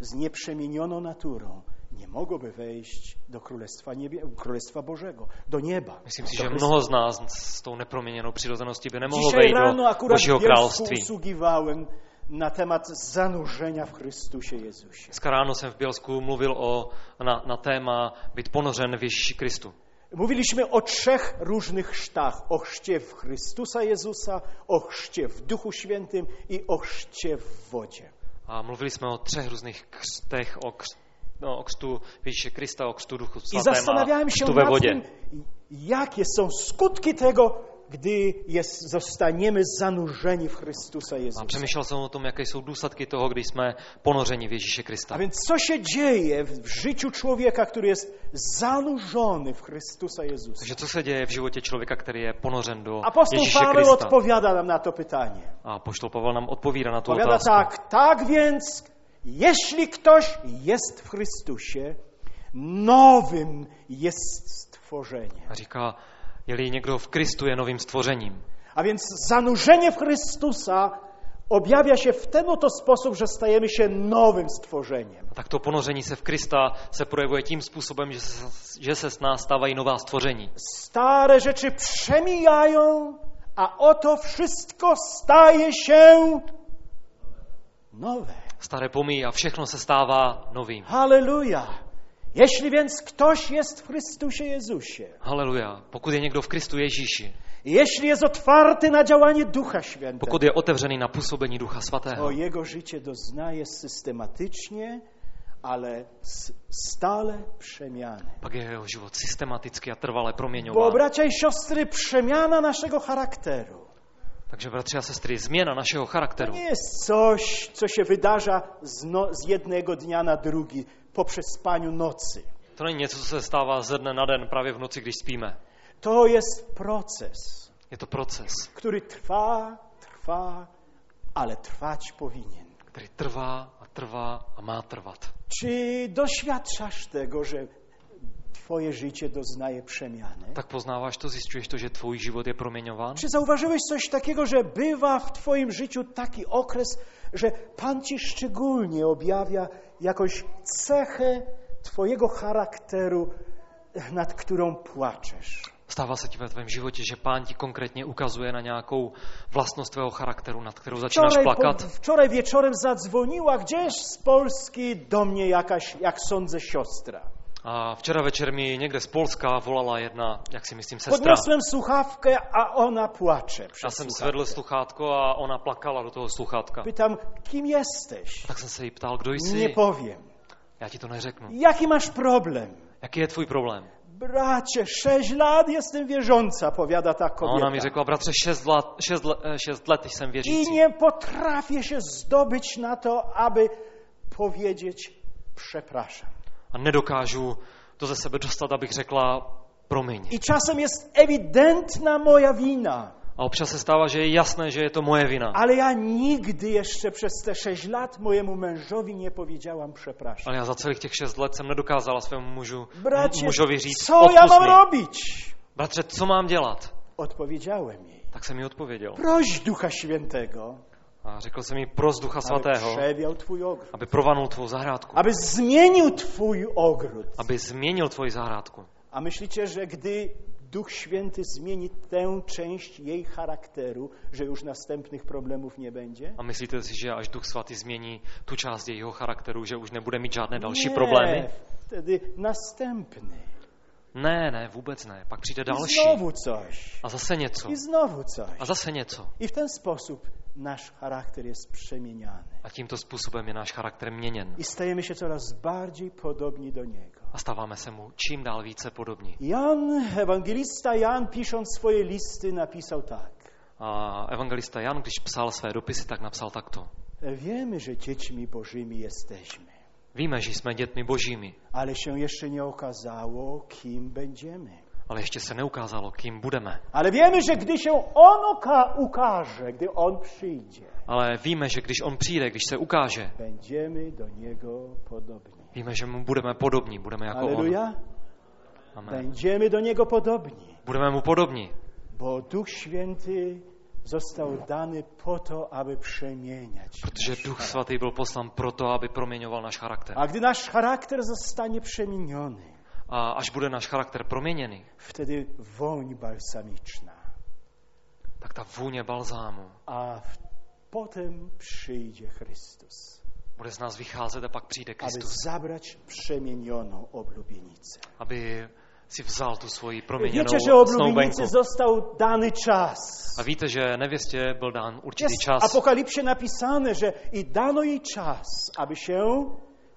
Speaker 2: z nieprzemienioną naturą nie mogłoby wejść do Królestwa, niebie, Królestwa Bożego, do nieba.
Speaker 3: myslím si,
Speaker 2: do
Speaker 3: že
Speaker 2: Chrystusa.
Speaker 3: mnoho z nás s tou neproměněnou přirozeností by nemohlo
Speaker 2: Dzisiaj
Speaker 3: vejít
Speaker 2: rano
Speaker 3: do
Speaker 2: akurat
Speaker 3: Božího
Speaker 2: Bielsku
Speaker 3: království.
Speaker 2: usługiwałem na temat zanurzenia w Chrystusie Jezusie.
Speaker 3: Dneska ráno jsem v Bělsku mluvil o, na, na téma být ponořen v Ježíši Kristu.
Speaker 2: Mówiliśmy o trzech różnych chrztach. O chrzcie w Chrystusa Jezusa, o chrzcie w Duchu Świętym i o chrzcie w wodzie.
Speaker 3: A mluvili jsme o třech různých křtech, o, kř, no, o křtu Ježíše Krista, o křtu Duchu
Speaker 2: I
Speaker 3: Svatém a
Speaker 2: zastanawiałem się
Speaker 3: křtu ve
Speaker 2: nad
Speaker 3: vodě.
Speaker 2: tym, jakie są skutki tego, gdy jest, zostaniemy zanurzeni w Chrystusa
Speaker 3: A
Speaker 2: Jezusa.
Speaker 3: přemýšlel jsem o tom, jaké jsou důsledky toho, když jsme ponořeni v Ježíše Krista.
Speaker 2: A więc co się dzieje w w życiu człowieka, który jest zanurzony w Chrystusa Jezusa?
Speaker 3: Takže co se děje v životě člověka, který je ponořen do
Speaker 2: Apostoł
Speaker 3: Ježíše
Speaker 2: Paweł
Speaker 3: Krista?
Speaker 2: odpowiada nam na to pytanie.
Speaker 3: A poštol Pavel nám odpovídá na tu
Speaker 2: Odpowiada
Speaker 3: otázku.
Speaker 2: tak, tak więc, jeśli ktoś jest w Chrystusie, nowym jest stworzeniem.
Speaker 3: A říká, je-li někdo v Kristu, je novým stvořením.
Speaker 2: A więc zanurzenie w Chrystusa objawia się w ten oto sposób, że stajemy się nowym stworzeniem.
Speaker 3: A tak to ponoření se v Krista se projevuje tím způsobem, že se, že se s nás stávají nová stvoření.
Speaker 2: Stare rzeczy przemijają, a oto wszystko staje się nowe.
Speaker 3: Staré pomíjí a všechno se stává novým.
Speaker 2: Halleluja! Jeśli więc ktoś jest w Chrystusie Jezusie,
Speaker 3: Haleluja. Pokud je někdo v Kristu Ježíši,
Speaker 2: Jeśli jest otwarty na działanie Ducha Świętego,
Speaker 3: pokud je otevřený na působení Ducha Svatého,
Speaker 2: to jego życie doznaje systematycznie, ale s- stale przemiany.
Speaker 3: pak je jeho život systematicky a trvale
Speaker 2: Bo
Speaker 3: proměňován.
Speaker 2: bracia i siostry, przemiana naszego charakteru
Speaker 3: Takže bratři a sestry, změna našeho
Speaker 2: to
Speaker 3: charakteru
Speaker 2: nie jest coś, co się wydarza z, no, z jednego dnia na drugi po przespaniu nocy.
Speaker 3: to není něco, co se stává ze dne na den právě v noci, když spíme.
Speaker 2: To jest proces,
Speaker 3: Je to proces,
Speaker 2: który trwa, trwa, ale trwać powinien.
Speaker 3: který trvá a trvá a má trvat.
Speaker 2: Czy doświadczasz tego, że Twoje życie doznaje przemiany?
Speaker 3: Tak poznáváš to, zjišťuješ to, že tvůj život je proměňován?
Speaker 2: Czy zauważyłeś coś takiego, że bywa w Twoim życiu taki okres, że Pan Ci szczególnie objawia jakąś cechę Twojego charakteru, nad którą płaczesz?
Speaker 3: Stává se ti ve tvém životě, že pán ti konkrétně ukazuje na nějakou vlastnost tvého charakteru, nad kterou začínáš
Speaker 2: Wczoraj,
Speaker 3: plakat?
Speaker 2: po, wczoraj wieczorem zadzwoniła gdzieś z Polski do mnie jakaś, jak sądzę, siostra.
Speaker 3: A včera večer mi někde z Polska volala jedna, jak si myslím, sestra.
Speaker 2: Podniosłem słuchawkę, a ona płacze.
Speaker 3: Já
Speaker 2: przez
Speaker 3: jsem
Speaker 2: słuchawkę.
Speaker 3: svedl sluchátko a ona plakala do toho sluchátka.
Speaker 2: Pytam, kim jesteś?
Speaker 3: Tak jsem se jí ptal, kdo
Speaker 2: Nie
Speaker 3: jsi?
Speaker 2: powiem.
Speaker 3: Já ti to neřeknu.
Speaker 2: Jaki masz problem?
Speaker 3: Jaký je tvůj problém?
Speaker 2: Bracie, sześć lat jestem wierząca, powiada ta
Speaker 3: A ona mi
Speaker 2: kobieta.
Speaker 3: řekla, bratře, šest let, šest let, eh, šest let jsem
Speaker 2: I
Speaker 3: věřící.
Speaker 2: nie potrafię się zdobyć na to, aby powiedzieć przepraszam.
Speaker 3: A nedokážu to ze sebe dostat, abych řekla promiň.
Speaker 2: I czasem jest ewidentna moja wina,
Speaker 3: A občas se stává, že je jasné, že je to moje vina.
Speaker 2: ale ja nigdy jeszcze przez te sześć lat mojemu mężowi nie powiedziałam przepraszam.
Speaker 3: Ale já za celých těch šest let jsem nedokázala svému mužu,
Speaker 2: Bracie,
Speaker 3: mužovi říct,
Speaker 2: co ja mam
Speaker 3: odpust mi.
Speaker 2: robić?
Speaker 3: Bratře, co mám dělat?
Speaker 2: Odpowiedziałem jej.
Speaker 3: Tak jsem mi odpověděl.
Speaker 2: Proś Ducha Świętego,
Speaker 3: A řekl jsem mi, pros ducha
Speaker 2: aby
Speaker 3: svatého,
Speaker 2: przewiał Twój ogród,
Speaker 3: aby provanul tvou zahrádku,
Speaker 2: aby zmienił Twój ogród.
Speaker 3: aby změnil tvoji zahrádku.
Speaker 2: A myślicie, że gdy Duch Święty zmieni tę część jej charakteru, że już następnych problemów nie będzie?
Speaker 3: A myslíte si, že až duch svatý změní tu část jejího charakteru, že už nebude mít žádné další problémy?
Speaker 2: wtedy następny.
Speaker 3: Ne, ne, vůbec ne. Pak přijde
Speaker 2: I
Speaker 3: další.
Speaker 2: znowu coś.
Speaker 3: A zase něco.
Speaker 2: I znowu coś.
Speaker 3: A zase něco.
Speaker 2: I w ten sposób nasz charakter jest przemieniany.
Speaker 3: A tímto způsobem je náš charakter měněn.
Speaker 2: I stajemy się coraz bardziej podobni do Niego.
Speaker 3: A stáváme se mu čím dál více podobní.
Speaker 2: Jan, ewangelista Jan, pisząc swoje listy, napisał tak.
Speaker 3: A evangelista Jan, když psal své dopisy, tak napsal takto.
Speaker 2: Wiemy, że dziećmi Bożymi jesteśmy,
Speaker 3: Víme, že jsme dětmi božími,
Speaker 2: ale się jeszcze nie okazało, kim będziemy.
Speaker 3: ale ještě se neukázalo, kým budeme.
Speaker 2: Ale wiemy, że gdy się On oka- ukaże, gdy On przyjdzie,
Speaker 3: Ale víme, že když on přijde, když se ukáže,
Speaker 2: będziemy do Niego podobni.
Speaker 3: víme, že mu budeme podobní, budeme jako on.
Speaker 2: Aleluja.
Speaker 3: Amen.
Speaker 2: Będziemy do Niego podobni,
Speaker 3: Budeme mu podobní,
Speaker 2: bo Duch Święty został dany po to, aby przemieniać.
Speaker 3: protože Duch Svatý byl poslan proto, aby proměňoval náš charakter.
Speaker 2: A gdy nasz charakter zostanie przemieniony,
Speaker 3: A až bude náš charakter proměněný,
Speaker 2: wtedy woń balsamiczna,
Speaker 3: tak ta vůně balzámu
Speaker 2: a w- potem przyjdzie Chrystus,
Speaker 3: bude z nás vycházet a pak přijde
Speaker 2: aby
Speaker 3: Kristus,
Speaker 2: zabrać przemienioną oblubienicę.
Speaker 3: aby si vzal tu svoji proměněnou
Speaker 2: Wiecie, że
Speaker 3: snoubenku.
Speaker 2: oblubienicy został dany czas.
Speaker 3: A víte, že nevěstě byl dán
Speaker 2: Jest
Speaker 3: určitý
Speaker 2: w
Speaker 3: čas
Speaker 2: Apokalipsie napisane, że i dano jej czas, aby się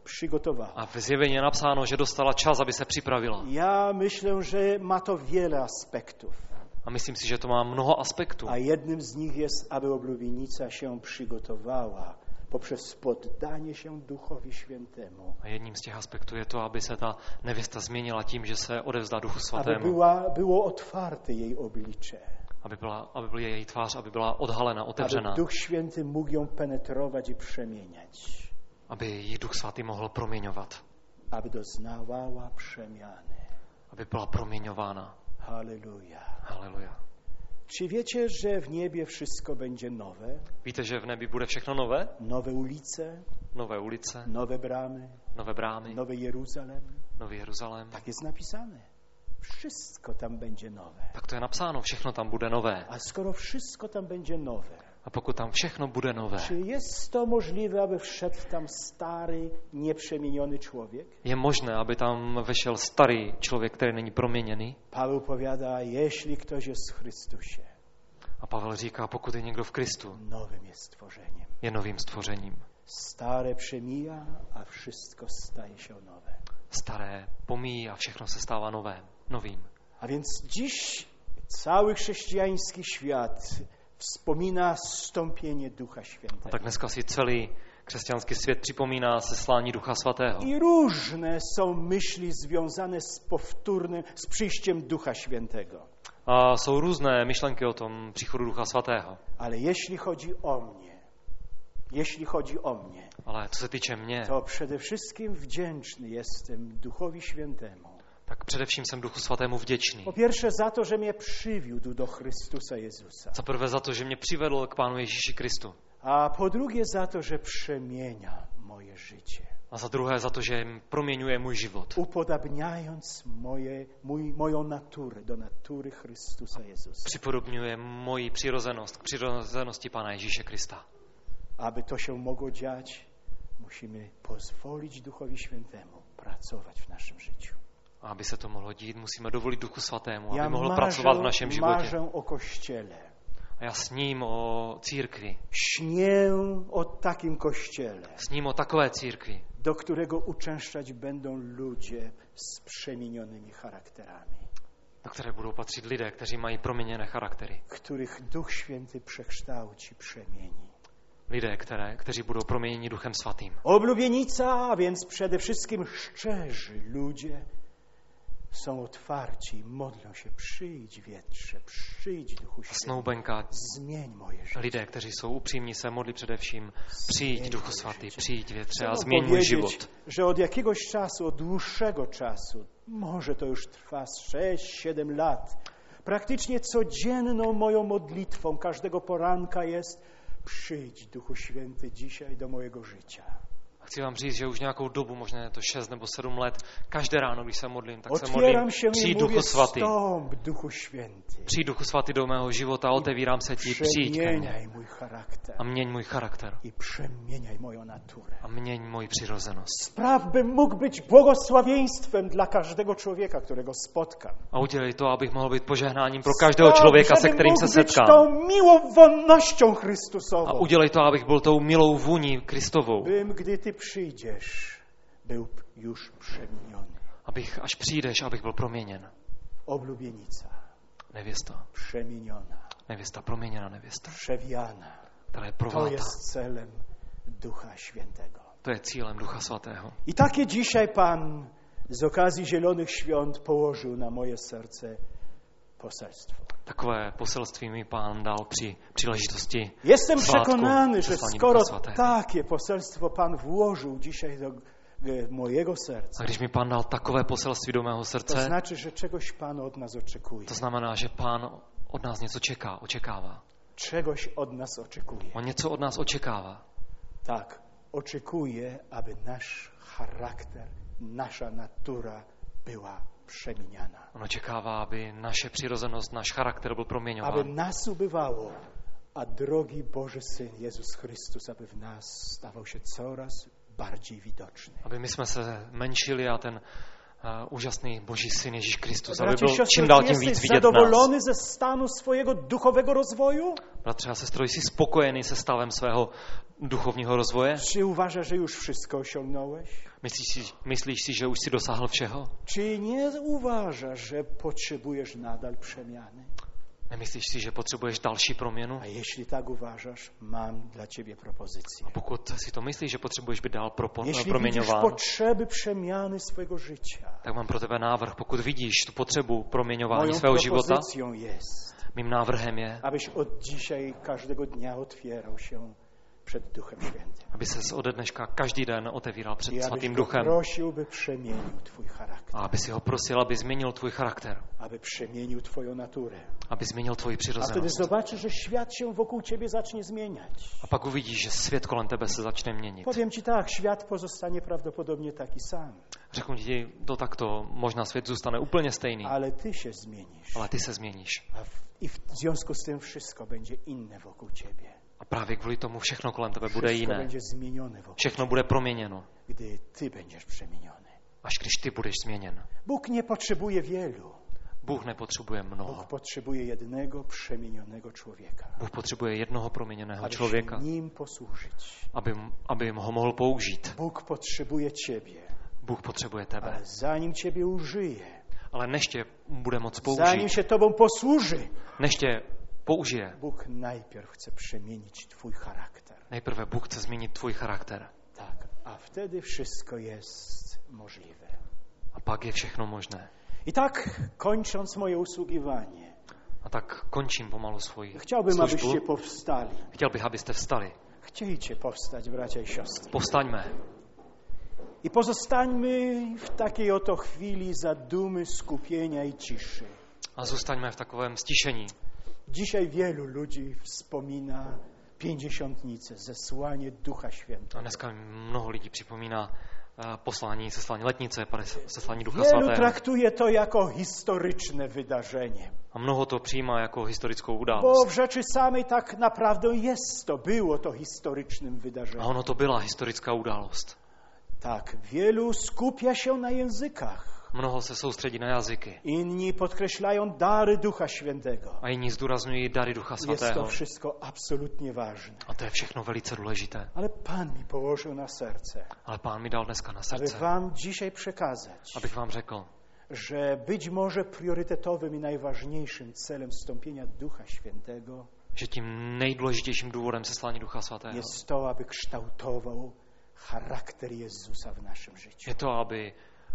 Speaker 2: przygotowała.
Speaker 3: a v zjevení je napsáno, že dostala čas, aby se připravila.
Speaker 2: Ja myślę, że ma to wiele aspektów.
Speaker 3: A myslím si, že to má mnoho aspektů.
Speaker 2: A jednym z nich jest, aby oblubienica się przygotowała poprzez poddanie się Duchowi Świętemu.
Speaker 3: A jedním z těch aspektů je to, aby se ta nevěsta změnila tím, že se odevzdá Duchu
Speaker 2: Aby
Speaker 3: Svatému,
Speaker 2: była, było otwarte jej oblicze.
Speaker 3: aby, byla, aby byla její tvář, aby byla odhalena, otevřena,
Speaker 2: Aby Duch Święty mógł ją penetrować i przemieniać.
Speaker 3: aby ji Duch Svatý mohl proměňovat,
Speaker 2: Aby doznawała przemiany.
Speaker 3: aby byla proměňována.
Speaker 2: Halleluja.
Speaker 3: Haleluja.
Speaker 2: Czy wiecie, że w niebie wszystko będzie nowe?
Speaker 3: Víte, že v nebi bude všechno nové?
Speaker 2: Nowe ulice,
Speaker 3: Nové ulice,
Speaker 2: nowe bramy,
Speaker 3: nové brámy,
Speaker 2: nowy Jeruzalem.
Speaker 3: nový Jeruzalém.
Speaker 2: Tak jest napisane. Wszystko tam będzie nowe.
Speaker 3: Tak to je napsáno, všechno tam bude nové.
Speaker 2: A skoro wszystko tam będzie nowe,
Speaker 3: A pokud tam všechno bude nové,
Speaker 2: czy jest to możliwe, aby wszedł tam stary, nieprzemieniony człowiek?
Speaker 3: je možné, aby tam vešel starý člověk, který není proměněný?
Speaker 2: Paweł powiada, jeśli ktoś jest w Chrystusie,
Speaker 3: A Pavel říká, pokud je někdo v Kristu,
Speaker 2: nowym jest stworzeniem.
Speaker 3: je novým stvořením.
Speaker 2: Stare przemija, a wszystko staje się nowe.
Speaker 3: Staré pomíjí a všechno se stává nové, novým.
Speaker 2: A więc dziś cały chrześcijański świat wspomina zstąpienie Ducha
Speaker 3: A
Speaker 2: Świętego.
Speaker 3: tak dneska si celý křesťanský svět připomíná seslání Ducha Svatého.
Speaker 2: I różne są myśli związane z powtórnym, z przyjściem Ducha Świętego.
Speaker 3: A jsou různé myšlenky o tom příchodu Ducha Svatého.
Speaker 2: Ale jeśli chodzi o mnie, jeśli chodzi o mnie,
Speaker 3: Ale co se týče mě,
Speaker 2: to przede wszystkim wdzięczny jestem Duchowi Świętemu.
Speaker 3: tak především jsem Duchu Svatému vděčný.
Speaker 2: Po pierwsze za to, że mnie przywiódł do Chrystusa Jezusa,
Speaker 3: Za prvé za to, že mě přivedl k Pánu Ježíši Kristu.
Speaker 2: a po drugie za to, że przemienia moje życie,
Speaker 3: A za druhé za to, že proměňuje můj život.
Speaker 2: upodabniając moje, mój, moją naturę do natury Chrystusa Jezusa.
Speaker 3: Připodobňuje moji přirozenost k přirozenosti Pána Ježíše Krista.
Speaker 2: Aby to się mogło dziać, musimy pozwolić Duchowi Świętemu pracować w naszym życiu.
Speaker 3: A aby se to mohlo dít, musíme dovolit Duchu Svatému, No, aby
Speaker 2: Ja
Speaker 3: mohl
Speaker 2: marzę,
Speaker 3: pracovat v našem životě.
Speaker 2: marzę o Kościele.
Speaker 3: A já s ním o církvi.
Speaker 2: Śnię o takim kościele,
Speaker 3: S ním o takové církvi,
Speaker 2: do którego uczęszczać będą ludzie z przemienionymi charakterami,
Speaker 3: do které budou patřit lidé, kteří mají proměněné charaktery.
Speaker 2: których Duch Święty przekształci, przemieni.
Speaker 3: Lidé, které, kteří budou proměněni Duchem Svatým.
Speaker 2: Oblubienica, a więc przede wszystkim szczerzy ludzie, są otwarci i modlą się: Przyjdź wietrze, przyjdź Duchu
Speaker 3: A
Speaker 2: Święty,
Speaker 3: snoubenka,
Speaker 2: zmień moje życie.
Speaker 3: lidé, kteří jsou upřímní, se modlí především přijď Duchu Svatý, přijď větře a
Speaker 2: Chcę
Speaker 3: změň můj
Speaker 2: powiedzieć,
Speaker 3: život.
Speaker 2: że od jakiegoś czasu, od dłuższego czasu, może to już trwa 6-7 lat, praktycznie codzienną moją modlitwą każdego poranka jest przyjdź Duchu Święty dzisiaj do mojego życia.
Speaker 3: A Chci vám říct, že už nějakou dobu, možná je to 6 nebo 7 let, každé ráno, když se modlím, tak se modlím,
Speaker 2: Otwieram się i
Speaker 3: přijď
Speaker 2: mówię
Speaker 3: Duchu Svatý,
Speaker 2: stąp Duchu Święty,
Speaker 3: přijď Duchu Svatý do mého života, otevírám se ti, přijď ke mně
Speaker 2: przemieniaj mój charakter
Speaker 3: a měň můj charakter
Speaker 2: i przemieniaj moją naturę.
Speaker 3: a měň moji přirozenost.
Speaker 2: Spraw, bym mógł być błogosławieństwem dla każdego człowieka, którego spotkam.
Speaker 3: A udělej to, abych mohl být požehnáním pro každého člověka, se
Speaker 2: Żebym
Speaker 3: kterým
Speaker 2: mógł
Speaker 3: se
Speaker 2: być tą
Speaker 3: setkám.
Speaker 2: miłowonnością
Speaker 3: A
Speaker 2: Chrystusową.
Speaker 3: udělej to, abych byl tou milou vůní Kristovou,
Speaker 2: Bym, gdy Ty przyjdziesz, był już przemieniony.
Speaker 3: abych až přijdeš, abych byl proměněn.
Speaker 2: Oblubienica,
Speaker 3: Nevěsta,
Speaker 2: przemieniona,
Speaker 3: nevěsta, proměněna nevěsta,
Speaker 2: przewijana.
Speaker 3: která je
Speaker 2: To
Speaker 3: provátá.
Speaker 2: jest celem Ducha Świętego.
Speaker 3: To je cílem Ducha Svatého.
Speaker 2: I takie dzisiaj Pan z okazji Zielonych Świąt położył na moje serce poselstwo.
Speaker 3: Takové poselství mi pán dal při příležitosti.
Speaker 2: Jestem
Speaker 3: Słodku,
Speaker 2: przekonany, że
Speaker 3: przesłanie
Speaker 2: skoro
Speaker 3: Ducha Świętego.
Speaker 2: takie poselstwo Pan włożył dzisiaj do e, mojego serca,
Speaker 3: A když mi pán dal takové poselství do mého
Speaker 2: To
Speaker 3: srdce,
Speaker 2: znaczy, że czegoś Pan od nas oczekuje.
Speaker 3: to znamená, že pán od nás něco čeká, očekává.
Speaker 2: Czegoś od nas oczekuje.
Speaker 3: On něco od nás očekává.
Speaker 2: Tak, oczekuje, aby nasz charakter, nasza natura była przemieniana.
Speaker 3: On očekává, aby naše přirozenost, náš charakter byl
Speaker 2: Aby
Speaker 3: proměňován.
Speaker 2: nas ubywało, a drogi Boży Syn Jezus Chrystus, aby w nas stawał się coraz bardziej widoczny.
Speaker 3: Aby my jsme se menšili a ten eh, úžasný Boží syn Ježíš Kristus, aby
Speaker 2: Bracie,
Speaker 3: byl
Speaker 2: siostry,
Speaker 3: čím dál
Speaker 2: ty
Speaker 3: tím víc
Speaker 2: jesteś
Speaker 3: vidět v nás.
Speaker 2: zadowolony ze stanu swojego duchowego rozwoju?
Speaker 3: Bratře a sestro, jsi spokojený se stavem svého duchovního rozvoje?
Speaker 2: Czy uważasz, že już wszystko osiągnąłeś?
Speaker 3: Myslíš si, myslíš si, že už jsi dosáhl všeho?
Speaker 2: Czy nie uważasz, że potrzebujesz nadal przemiany?
Speaker 3: Nemyslíš si, že potřebuješ další proměnu?
Speaker 2: A jeśli tak uważasz, mam dla ciebie propozycję.
Speaker 3: Pokud si to myslíš, že potřebuješ být dál propo-
Speaker 2: Jeśli widzisz
Speaker 3: proměňován,
Speaker 2: potrzeby przemiany swojego życia,
Speaker 3: tak mám pro tebe návrh. Pokud vidíš tu potřebu proměňování
Speaker 2: moją
Speaker 3: svého života,
Speaker 2: propozycją jest,
Speaker 3: mým návrhem je,
Speaker 2: abyś od dzisiaj każdego dnia otwierał się przed Duchem Świętym.
Speaker 3: aby se ode dneška každý den otevíral před
Speaker 2: I abyś
Speaker 3: svatým
Speaker 2: go
Speaker 3: duchem
Speaker 2: prosił, by przemienił twój charakter,
Speaker 3: a aby si ho prosil, aby změnil tvůj charakter,
Speaker 2: aby przemienił twoją naturę.
Speaker 3: aby změnil tvoji
Speaker 2: A wtedy
Speaker 3: přirozenost.
Speaker 2: zobaczysz, że świat się wokół ciebie zacznie zmieniać.
Speaker 3: A pak uvidíš, že svět kolem tebe se začne měnit.
Speaker 2: Powiem ci tak, świat pozostanie prawdopodobnie taki sam,
Speaker 3: Řeknu ti to takto, možná svět zůstane úplně stejný,
Speaker 2: ale ty się zmienisz.
Speaker 3: ale ty se změníš.
Speaker 2: A w, I w związku z tym wszystko będzie inne wokół ciebie.
Speaker 3: A právě kvůli tomu všechno kolem tebe bude
Speaker 2: Wszystko
Speaker 3: jiné.
Speaker 2: będzie zmienione wokół,
Speaker 3: Všechno bude proměněno,
Speaker 2: gdy ty będziesz przemieniony.
Speaker 3: až když ty budeš změněn.
Speaker 2: Bóg nie potrzebuje wielu.
Speaker 3: Bůh nepotřebuje
Speaker 2: Bóg
Speaker 3: mnoho.
Speaker 2: potrzebuje jednego przemienionego człowieka.
Speaker 3: Bóh potřebuje jednoho proměněného
Speaker 2: Aby
Speaker 3: člověka,
Speaker 2: się nim posłużyć.
Speaker 3: aby, aby ho mohl použít.
Speaker 2: Bóg potrzebuje ciebie,
Speaker 3: Bůh potřebuje
Speaker 2: ale
Speaker 3: tebe.
Speaker 2: zanim ciebie użyje,
Speaker 3: Ale než tě bude moc
Speaker 2: zanim
Speaker 3: použít,
Speaker 2: się tobą posłuży,
Speaker 3: než tě použije,
Speaker 2: Bóg najpierw chce przemienić twój charakter.
Speaker 3: nejprve Bůh chce změnit tvůj charakter.
Speaker 2: Tak, a wtedy wszystko jest możliwe.
Speaker 3: A pak je všechno možné.
Speaker 2: I tak, kończąc moje usługiwanie,
Speaker 3: A tak končím pomalu svoji
Speaker 2: chciałbym,
Speaker 3: službu.
Speaker 2: abyście powstali.
Speaker 3: Chtěl bych, abyste vstali.
Speaker 2: Chciejcie powstać, bracia i siostry.
Speaker 3: Povstaňme
Speaker 2: I pozostańmy w takiej oto chwili zadumy, skupienia i ciszy.
Speaker 3: a zůstaňme v takovém stišení.
Speaker 2: Dzisiaj wielu ludzi wspomina pięćdziesiątnicę, zesłanie Ducha
Speaker 3: A
Speaker 2: Świętego.
Speaker 3: dneska mi mnoho lidí připomíná eh, poslání, seslání letnice, pade- seslání Ducha
Speaker 2: Wielu
Speaker 3: Svatého.
Speaker 2: traktuje to jako historyczne wydarzenie,
Speaker 3: A mnoho to přijímá jako historickou
Speaker 2: bo
Speaker 3: událost.
Speaker 2: w rzeczy samej tak naprawdę jest to, było to historycznym
Speaker 3: A
Speaker 2: wydarzeniem.
Speaker 3: ono to byla historická událost.
Speaker 2: Tak, wielu skupia się na językach,
Speaker 3: Mnoho se soustředí na jazyky
Speaker 2: inni podkreślają dary Ducha Świętego.
Speaker 3: a jiní zdůrazňují dary Ducha
Speaker 2: Jest to
Speaker 3: Svatého.
Speaker 2: wszystko absolutnie ważne.
Speaker 3: A to je všechno velice důležité.
Speaker 2: Ale Pan mi położył na serce,
Speaker 3: Ale pán mi dal dneska na
Speaker 2: aby
Speaker 3: srdce,
Speaker 2: Wam dzisiaj przekazać,
Speaker 3: abych vám řekl,
Speaker 2: że być może priorytetowym i najważniejszym celem wstąpienia Ducha Świętego
Speaker 3: že tím nejdůležitějším důvodem seslání Ducha Svatého
Speaker 2: jest to, aby kształtował charakter Jezusa w naszym życiu.
Speaker 3: je to, aby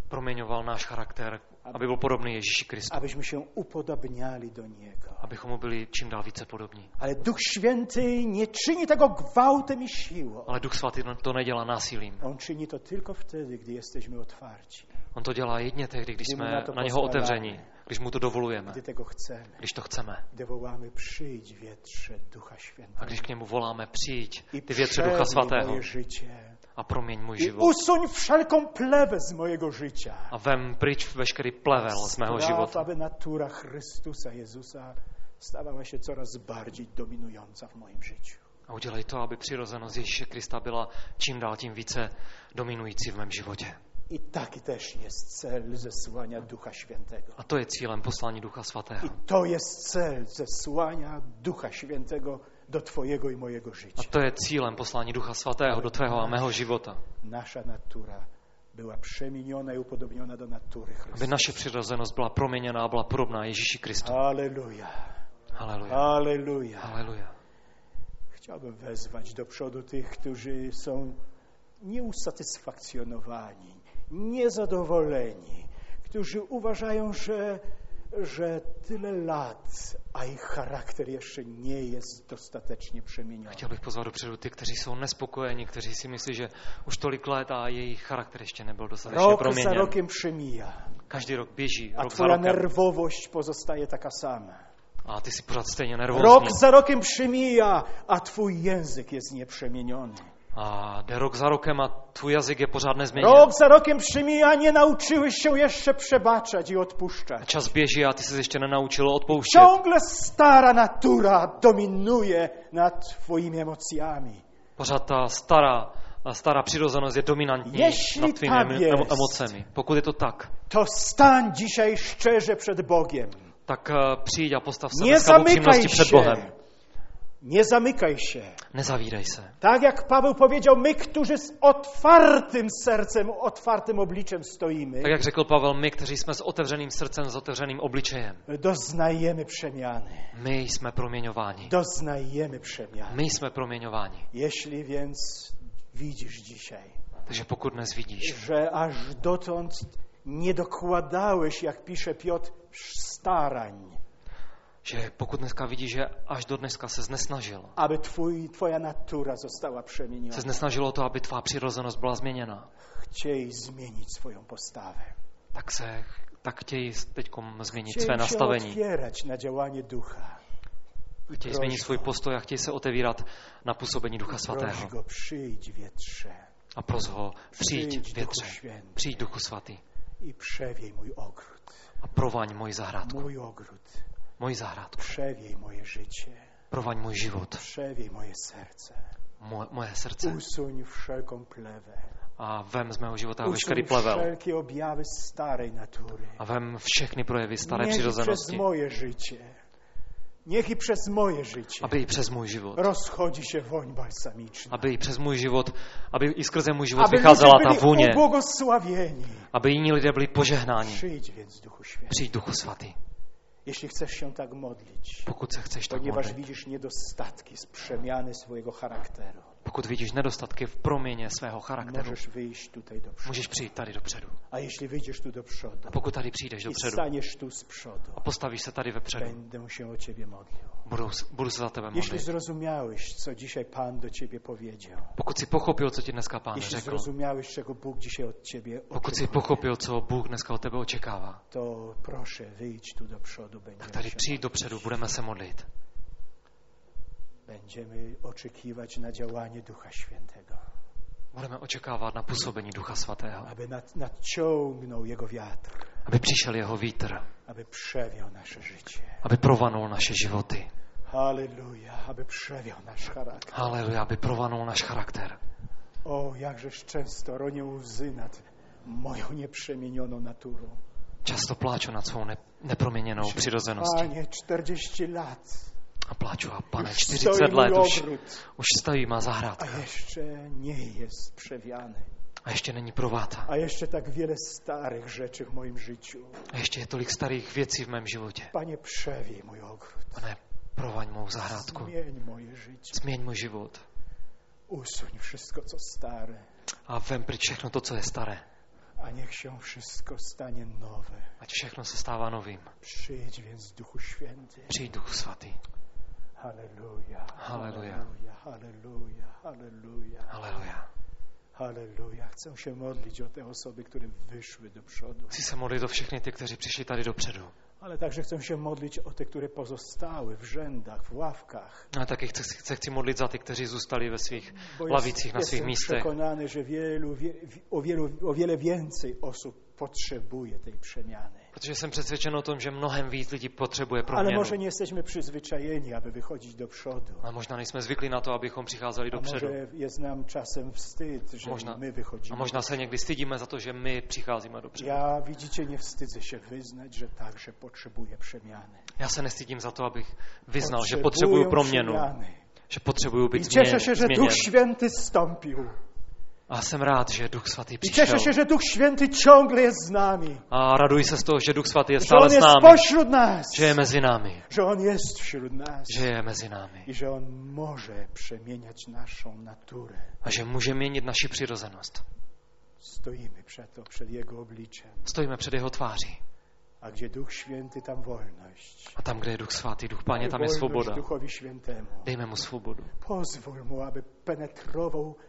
Speaker 3: proměňoval náš charakter, aby byl podobný Ježíši Kristu,
Speaker 2: Abyśmy się upodobniali do Niego.
Speaker 3: abychom mu byli čím dál více podobní.
Speaker 2: Ale Duch Święty nie czyni tego gwałtem i siłą.
Speaker 3: Ale Duch Svatý to nedělá násilím.
Speaker 2: On czyni to tylko wtedy, gdy jesteśmy otwarci,
Speaker 3: On to dělá jedně tehdy, když
Speaker 2: Kdy mu
Speaker 3: jsme
Speaker 2: na to
Speaker 3: na něho
Speaker 2: pospadáme.
Speaker 3: otevření, když mu to dovolujeme,
Speaker 2: gdy tego chcemy,
Speaker 3: když to chceme.
Speaker 2: gdy wołamy przyjdź wietrze Ducha Świętego.
Speaker 3: A když k němu voláme, přijď,
Speaker 2: i
Speaker 3: ty větře Ducha
Speaker 2: przemień
Speaker 3: Svatého
Speaker 2: moje życie
Speaker 3: a proměň můj
Speaker 2: i
Speaker 3: život.
Speaker 2: usuń wszelką plewę z mojego życia.
Speaker 3: A vem pryč veškerý plevel z mého
Speaker 2: Spraw,
Speaker 3: života.
Speaker 2: aby natura Chrystusa Jezusa stawała się coraz bardziej dominująca w moim życiu.
Speaker 3: A udělej to, aby přirozenost Ježíše Krista byla čím dál tím více dominující v mém životě.
Speaker 2: I taki też jest cel zesłania Ducha Świętego.
Speaker 3: A to je cílem poslání Ducha
Speaker 2: I
Speaker 3: Svatého.
Speaker 2: to jest cel zesłania Ducha Świętego do Twojego i mojego
Speaker 3: A
Speaker 2: życia.
Speaker 3: to je cílem poslání Ducha Svatého do tvého a mého života.
Speaker 2: Nasza natura była przemieniona i upodobniona do natury
Speaker 3: Aby
Speaker 2: Chrystusa.
Speaker 3: naše přirozenost byla proměněná a byla podobná Ježíši Kristu.
Speaker 2: Aleluja,
Speaker 3: Haleluja.
Speaker 2: aleluja.
Speaker 3: Haleluja.
Speaker 2: Chciałbym wezwać do przodu tych, którzy są nieusatysfakcjonowani, niezadowoleni, którzy uważają, że, że tyle lat, a ich charakter jeszcze nie jest dostatecznie przemieniony.
Speaker 3: Chtěl bych pozvat dopředu ty, kteří jsou nespokojeni, kteří si myslí, že už tolik let a jejich charakter ještě nebyl dostatečně
Speaker 2: Rok za
Speaker 3: proměněn.
Speaker 2: rokiem przemija,
Speaker 3: Každý rok běží,
Speaker 2: a
Speaker 3: rok za
Speaker 2: twoja
Speaker 3: rokem.
Speaker 2: nerwowość pozostaje taka sama.
Speaker 3: A ty jsi pořád stejně
Speaker 2: Rok
Speaker 3: nervózní.
Speaker 2: za rokiem przemija, a twój język jest nieprzemieniony.
Speaker 3: A jde rok za rokem a tvůj jazyk je pořád nezměněn.
Speaker 2: Rok za rokiem przemija, nie nauczyłeś się jeszcze przebaczać i odpuszczać.
Speaker 3: Čas běží a ty se ještě nenaučil odpouštět.
Speaker 2: Ciągle stara natura dominuje nad twoimi emocjami.
Speaker 3: Pořád ta stará, ta stará přirozenost je dominantní
Speaker 2: Jeśli
Speaker 3: nad tvými
Speaker 2: tak
Speaker 3: emo-
Speaker 2: jest.
Speaker 3: emo- emocemi. Pokud je to tak,
Speaker 2: To stań dzisiaj szczerze przed Bogiem.
Speaker 3: tak eh, přijď a postav se
Speaker 2: Nie
Speaker 3: dneska v upřímnosti
Speaker 2: zamykaj
Speaker 3: před
Speaker 2: się.
Speaker 3: Bohem.
Speaker 2: Nie zamykaj się.
Speaker 3: Nezavírej se.
Speaker 2: Tak jak Paweł powiedział, my, którzy z otwartym sercem, otwartym obliczem stoimy,
Speaker 3: Tak jak řekl Pavel, my, kteří jsme s otevřeným srdcem, s otevřeným obličejem,
Speaker 2: doznajemy przemiany.
Speaker 3: my jsme proměňováni.
Speaker 2: Doznajemy przemiany.
Speaker 3: My jsme proměňováni.
Speaker 2: Jeśli więc widzisz dzisiaj,
Speaker 3: Takže pokud dnes vidíš,
Speaker 2: że aż dotąd nie dokładałeś, jak pisze Piotr, starań,
Speaker 3: že pokud dneska vidíš, že až do dneska se nesnažil,
Speaker 2: aby twój, twoja natura została przemieniona.
Speaker 3: se nesnažilo to, aby tvá přirozenost byla změněna,
Speaker 2: Chciej zmienić swoją postawę.
Speaker 3: tak se tak chtějí teď změnit své
Speaker 2: Chciej się
Speaker 3: nastavení.
Speaker 2: otwierać na działanie ducha.
Speaker 3: Chtějí změnit svůj postoj a chtějí se otevírat na působení Ducha
Speaker 2: Proś
Speaker 3: Svatého.
Speaker 2: go, przyjdź wietrze
Speaker 3: A pros ho, přijď
Speaker 2: Přijď, Duchu
Speaker 3: větře,
Speaker 2: Svatý.
Speaker 3: přijď Duchu Svatý
Speaker 2: i przewiej mój ogród.
Speaker 3: a provaň moji zahrádku,
Speaker 2: Mój ogród.
Speaker 3: moji zahrádku,
Speaker 2: Przewiej moje życie.
Speaker 3: provaň můj život,
Speaker 2: Przewiej moje serce.
Speaker 3: moje, moje srdce
Speaker 2: Usuń wszelką plewę.
Speaker 3: a vem z mého života veškerý
Speaker 2: Usuń
Speaker 3: plevel
Speaker 2: wszelkie objawy starej natury.
Speaker 3: a vem všechny projevy staré
Speaker 2: Niech i przez
Speaker 3: přirozenosti,
Speaker 2: moje życie. Niech i przez moje życie
Speaker 3: aby i přes můj život,
Speaker 2: rozchodzi się woń balsamiczna.
Speaker 3: aby i přes můj život, aby i skrze můj život
Speaker 2: Aby
Speaker 3: vycházela
Speaker 2: ludzie
Speaker 3: ta vůně,
Speaker 2: byli ubłogosławieni.
Speaker 3: aby jiní lidé byli požehnáni.
Speaker 2: Przyjdź więc, Duchu Święty,
Speaker 3: Přijď Duchu Svatý,
Speaker 2: jeśli chcesz się tak modlić,
Speaker 3: pokud se chceš tak
Speaker 2: ponieważ
Speaker 3: modlit,
Speaker 2: widzisz niedostatki z przemiany swojego charakteru.
Speaker 3: pokud vidíš nedostatky v proměně svého charakteru,
Speaker 2: Możesz wyjść tutaj do przodu.
Speaker 3: můžeš přijít tady dopředu.
Speaker 2: A jeśli wyjdziesz tu do przodu
Speaker 3: A pokud tady přijdeš
Speaker 2: i
Speaker 3: dopředu
Speaker 2: staniesz tu z przodu,
Speaker 3: a postavíš se tady vepředu,
Speaker 2: będę się o Ciebie modlił.
Speaker 3: budu, budu se za tebe
Speaker 2: Jeśli
Speaker 3: modlit.
Speaker 2: zrozumiałeś, co dzisiaj Pan do Ciebie powiedział,
Speaker 3: Pokud si pochopil, co ti dneska pán
Speaker 2: jeśli
Speaker 3: řekl,
Speaker 2: zrozumiałeś, czego Bóg dzisiaj od Ciebie
Speaker 3: pokud si
Speaker 2: oczekuje,
Speaker 3: pochopil, co Bůh dneska od tebe očekává,
Speaker 2: to proszę, wyjdź tu do przodu.
Speaker 3: tak
Speaker 2: Będziemy,
Speaker 3: tady
Speaker 2: się,
Speaker 3: přijď dopředu, budeme se modlit.
Speaker 2: będziemy oczekiwać na działanie Ducha Świętego,
Speaker 3: Budeme očekávat na působení Ducha Svatého,
Speaker 2: aby nad, nadciągnął Jego wiatr,
Speaker 3: aby přišel jeho vítr,
Speaker 2: aby przewiał nasze życie.
Speaker 3: aby provanul naše životy.
Speaker 2: Halleluja, aby przewiał nasz charakter.
Speaker 3: Haleluja, aby provanul náš charakter.
Speaker 2: O, jakżeż często ronię łzy nad moją nieprzemienioną naturą.
Speaker 3: Často pláču nad svou ne- neproměněnou přirozeností.
Speaker 2: Panie, 40 lat.
Speaker 3: A pláču, a pane,
Speaker 2: Już
Speaker 3: 40
Speaker 2: stoi mój
Speaker 3: let už,
Speaker 2: ogród,
Speaker 3: už stojí má zahrádka
Speaker 2: a jeszcze nie jest przewiany.
Speaker 3: a ještě není prováta.
Speaker 2: A jeszcze tak wiele starych rzeczy w moim życiu.
Speaker 3: A ještě je tolik starých věcí v mém životě.
Speaker 2: Panie, przewij mój ogród.
Speaker 3: Pane, provaň mou zahrádku.
Speaker 2: Zmień moje życie.
Speaker 3: Změň můj život
Speaker 2: Usuń wszystko, co stare,
Speaker 3: a vem pryč všechno to, co je staré.
Speaker 2: a niech się wszystko stanie nowe.
Speaker 3: Ať všechno se stává novým.
Speaker 2: Przyjdź więc, Duchu Święty.
Speaker 3: Přijď Duchu Svatý.
Speaker 2: Halleluja.
Speaker 3: Halleluja.
Speaker 2: Halleluja, halleluja, halleluja.
Speaker 3: Haleluja.
Speaker 2: Halleluja. Chcę się modlić o te osoby, które wyszły do przodu,
Speaker 3: Chci se modlit o všechny ty, kteří přišli tady dopředu.
Speaker 2: ale także chcę się modlić o te, które pozostały w rzędach, w ławkach.
Speaker 3: A taky chci, se chci modlit za ty, kteří zůstali ve svých
Speaker 2: Bo
Speaker 3: lavicích, na svých
Speaker 2: jestem
Speaker 3: místech.
Speaker 2: przekonany, że wielu, wie, o, wielu, o wiele więcej osób potrzebuje tej przemiany.
Speaker 3: Protože jsem přesvědčen o tom, že mnohem víc lidí potřebuje
Speaker 2: Ale
Speaker 3: proměnu.
Speaker 2: może nie jesteśmy przyzwyczajeni, aby wychodzić do przodu.
Speaker 3: Ale možná nejsme zvyklí na to, abychom přicházeli
Speaker 2: A
Speaker 3: dopředu.
Speaker 2: może jest nam czasem wstyd, że
Speaker 3: Można-
Speaker 2: my
Speaker 3: A
Speaker 2: wychodzimy.
Speaker 3: možná se někdy stydíme za to, že my přicházíme dopředu.
Speaker 2: Ja, widzicie, nie wstydzę się wyznać, że także potrzebuję przemiany.
Speaker 3: Já se nestydím za to, abych vyznal, že
Speaker 2: Potrzebują
Speaker 3: potřebuju proměnu,
Speaker 2: przemiany.
Speaker 3: že potřebuju
Speaker 2: I
Speaker 3: být
Speaker 2: cieszę
Speaker 3: změn,
Speaker 2: się, że
Speaker 3: změněn.
Speaker 2: Duch Święty stąpił.
Speaker 3: A jsem rád, že Duch Svatý
Speaker 2: I
Speaker 3: přišel.
Speaker 2: cieszę się, że Duch Święty ciągle jest z nami.
Speaker 3: A raduji se z toho, že Duch Svatý je
Speaker 2: Że On
Speaker 3: stále s
Speaker 2: jest
Speaker 3: námi,
Speaker 2: pośród nas.
Speaker 3: že je mezi námi,
Speaker 2: Że On jest wśród nas.
Speaker 3: že je mezi námi
Speaker 2: I że On może przemieniać naszą naturę.
Speaker 3: a že může měnit naši přirozenost.
Speaker 2: Stoimy przed, przed Jego obliczem.
Speaker 3: Stojíme před jeho tváří
Speaker 2: A gdzie Duch Święty, tam wolność.
Speaker 3: a tam, kde je Duch Svatý, Duch Páně, tam je
Speaker 2: Wolność
Speaker 3: svoboda.
Speaker 2: Duchowi Świętemu.
Speaker 3: Dejme mu svobodu.
Speaker 2: Pozwól Mu, aby penetrował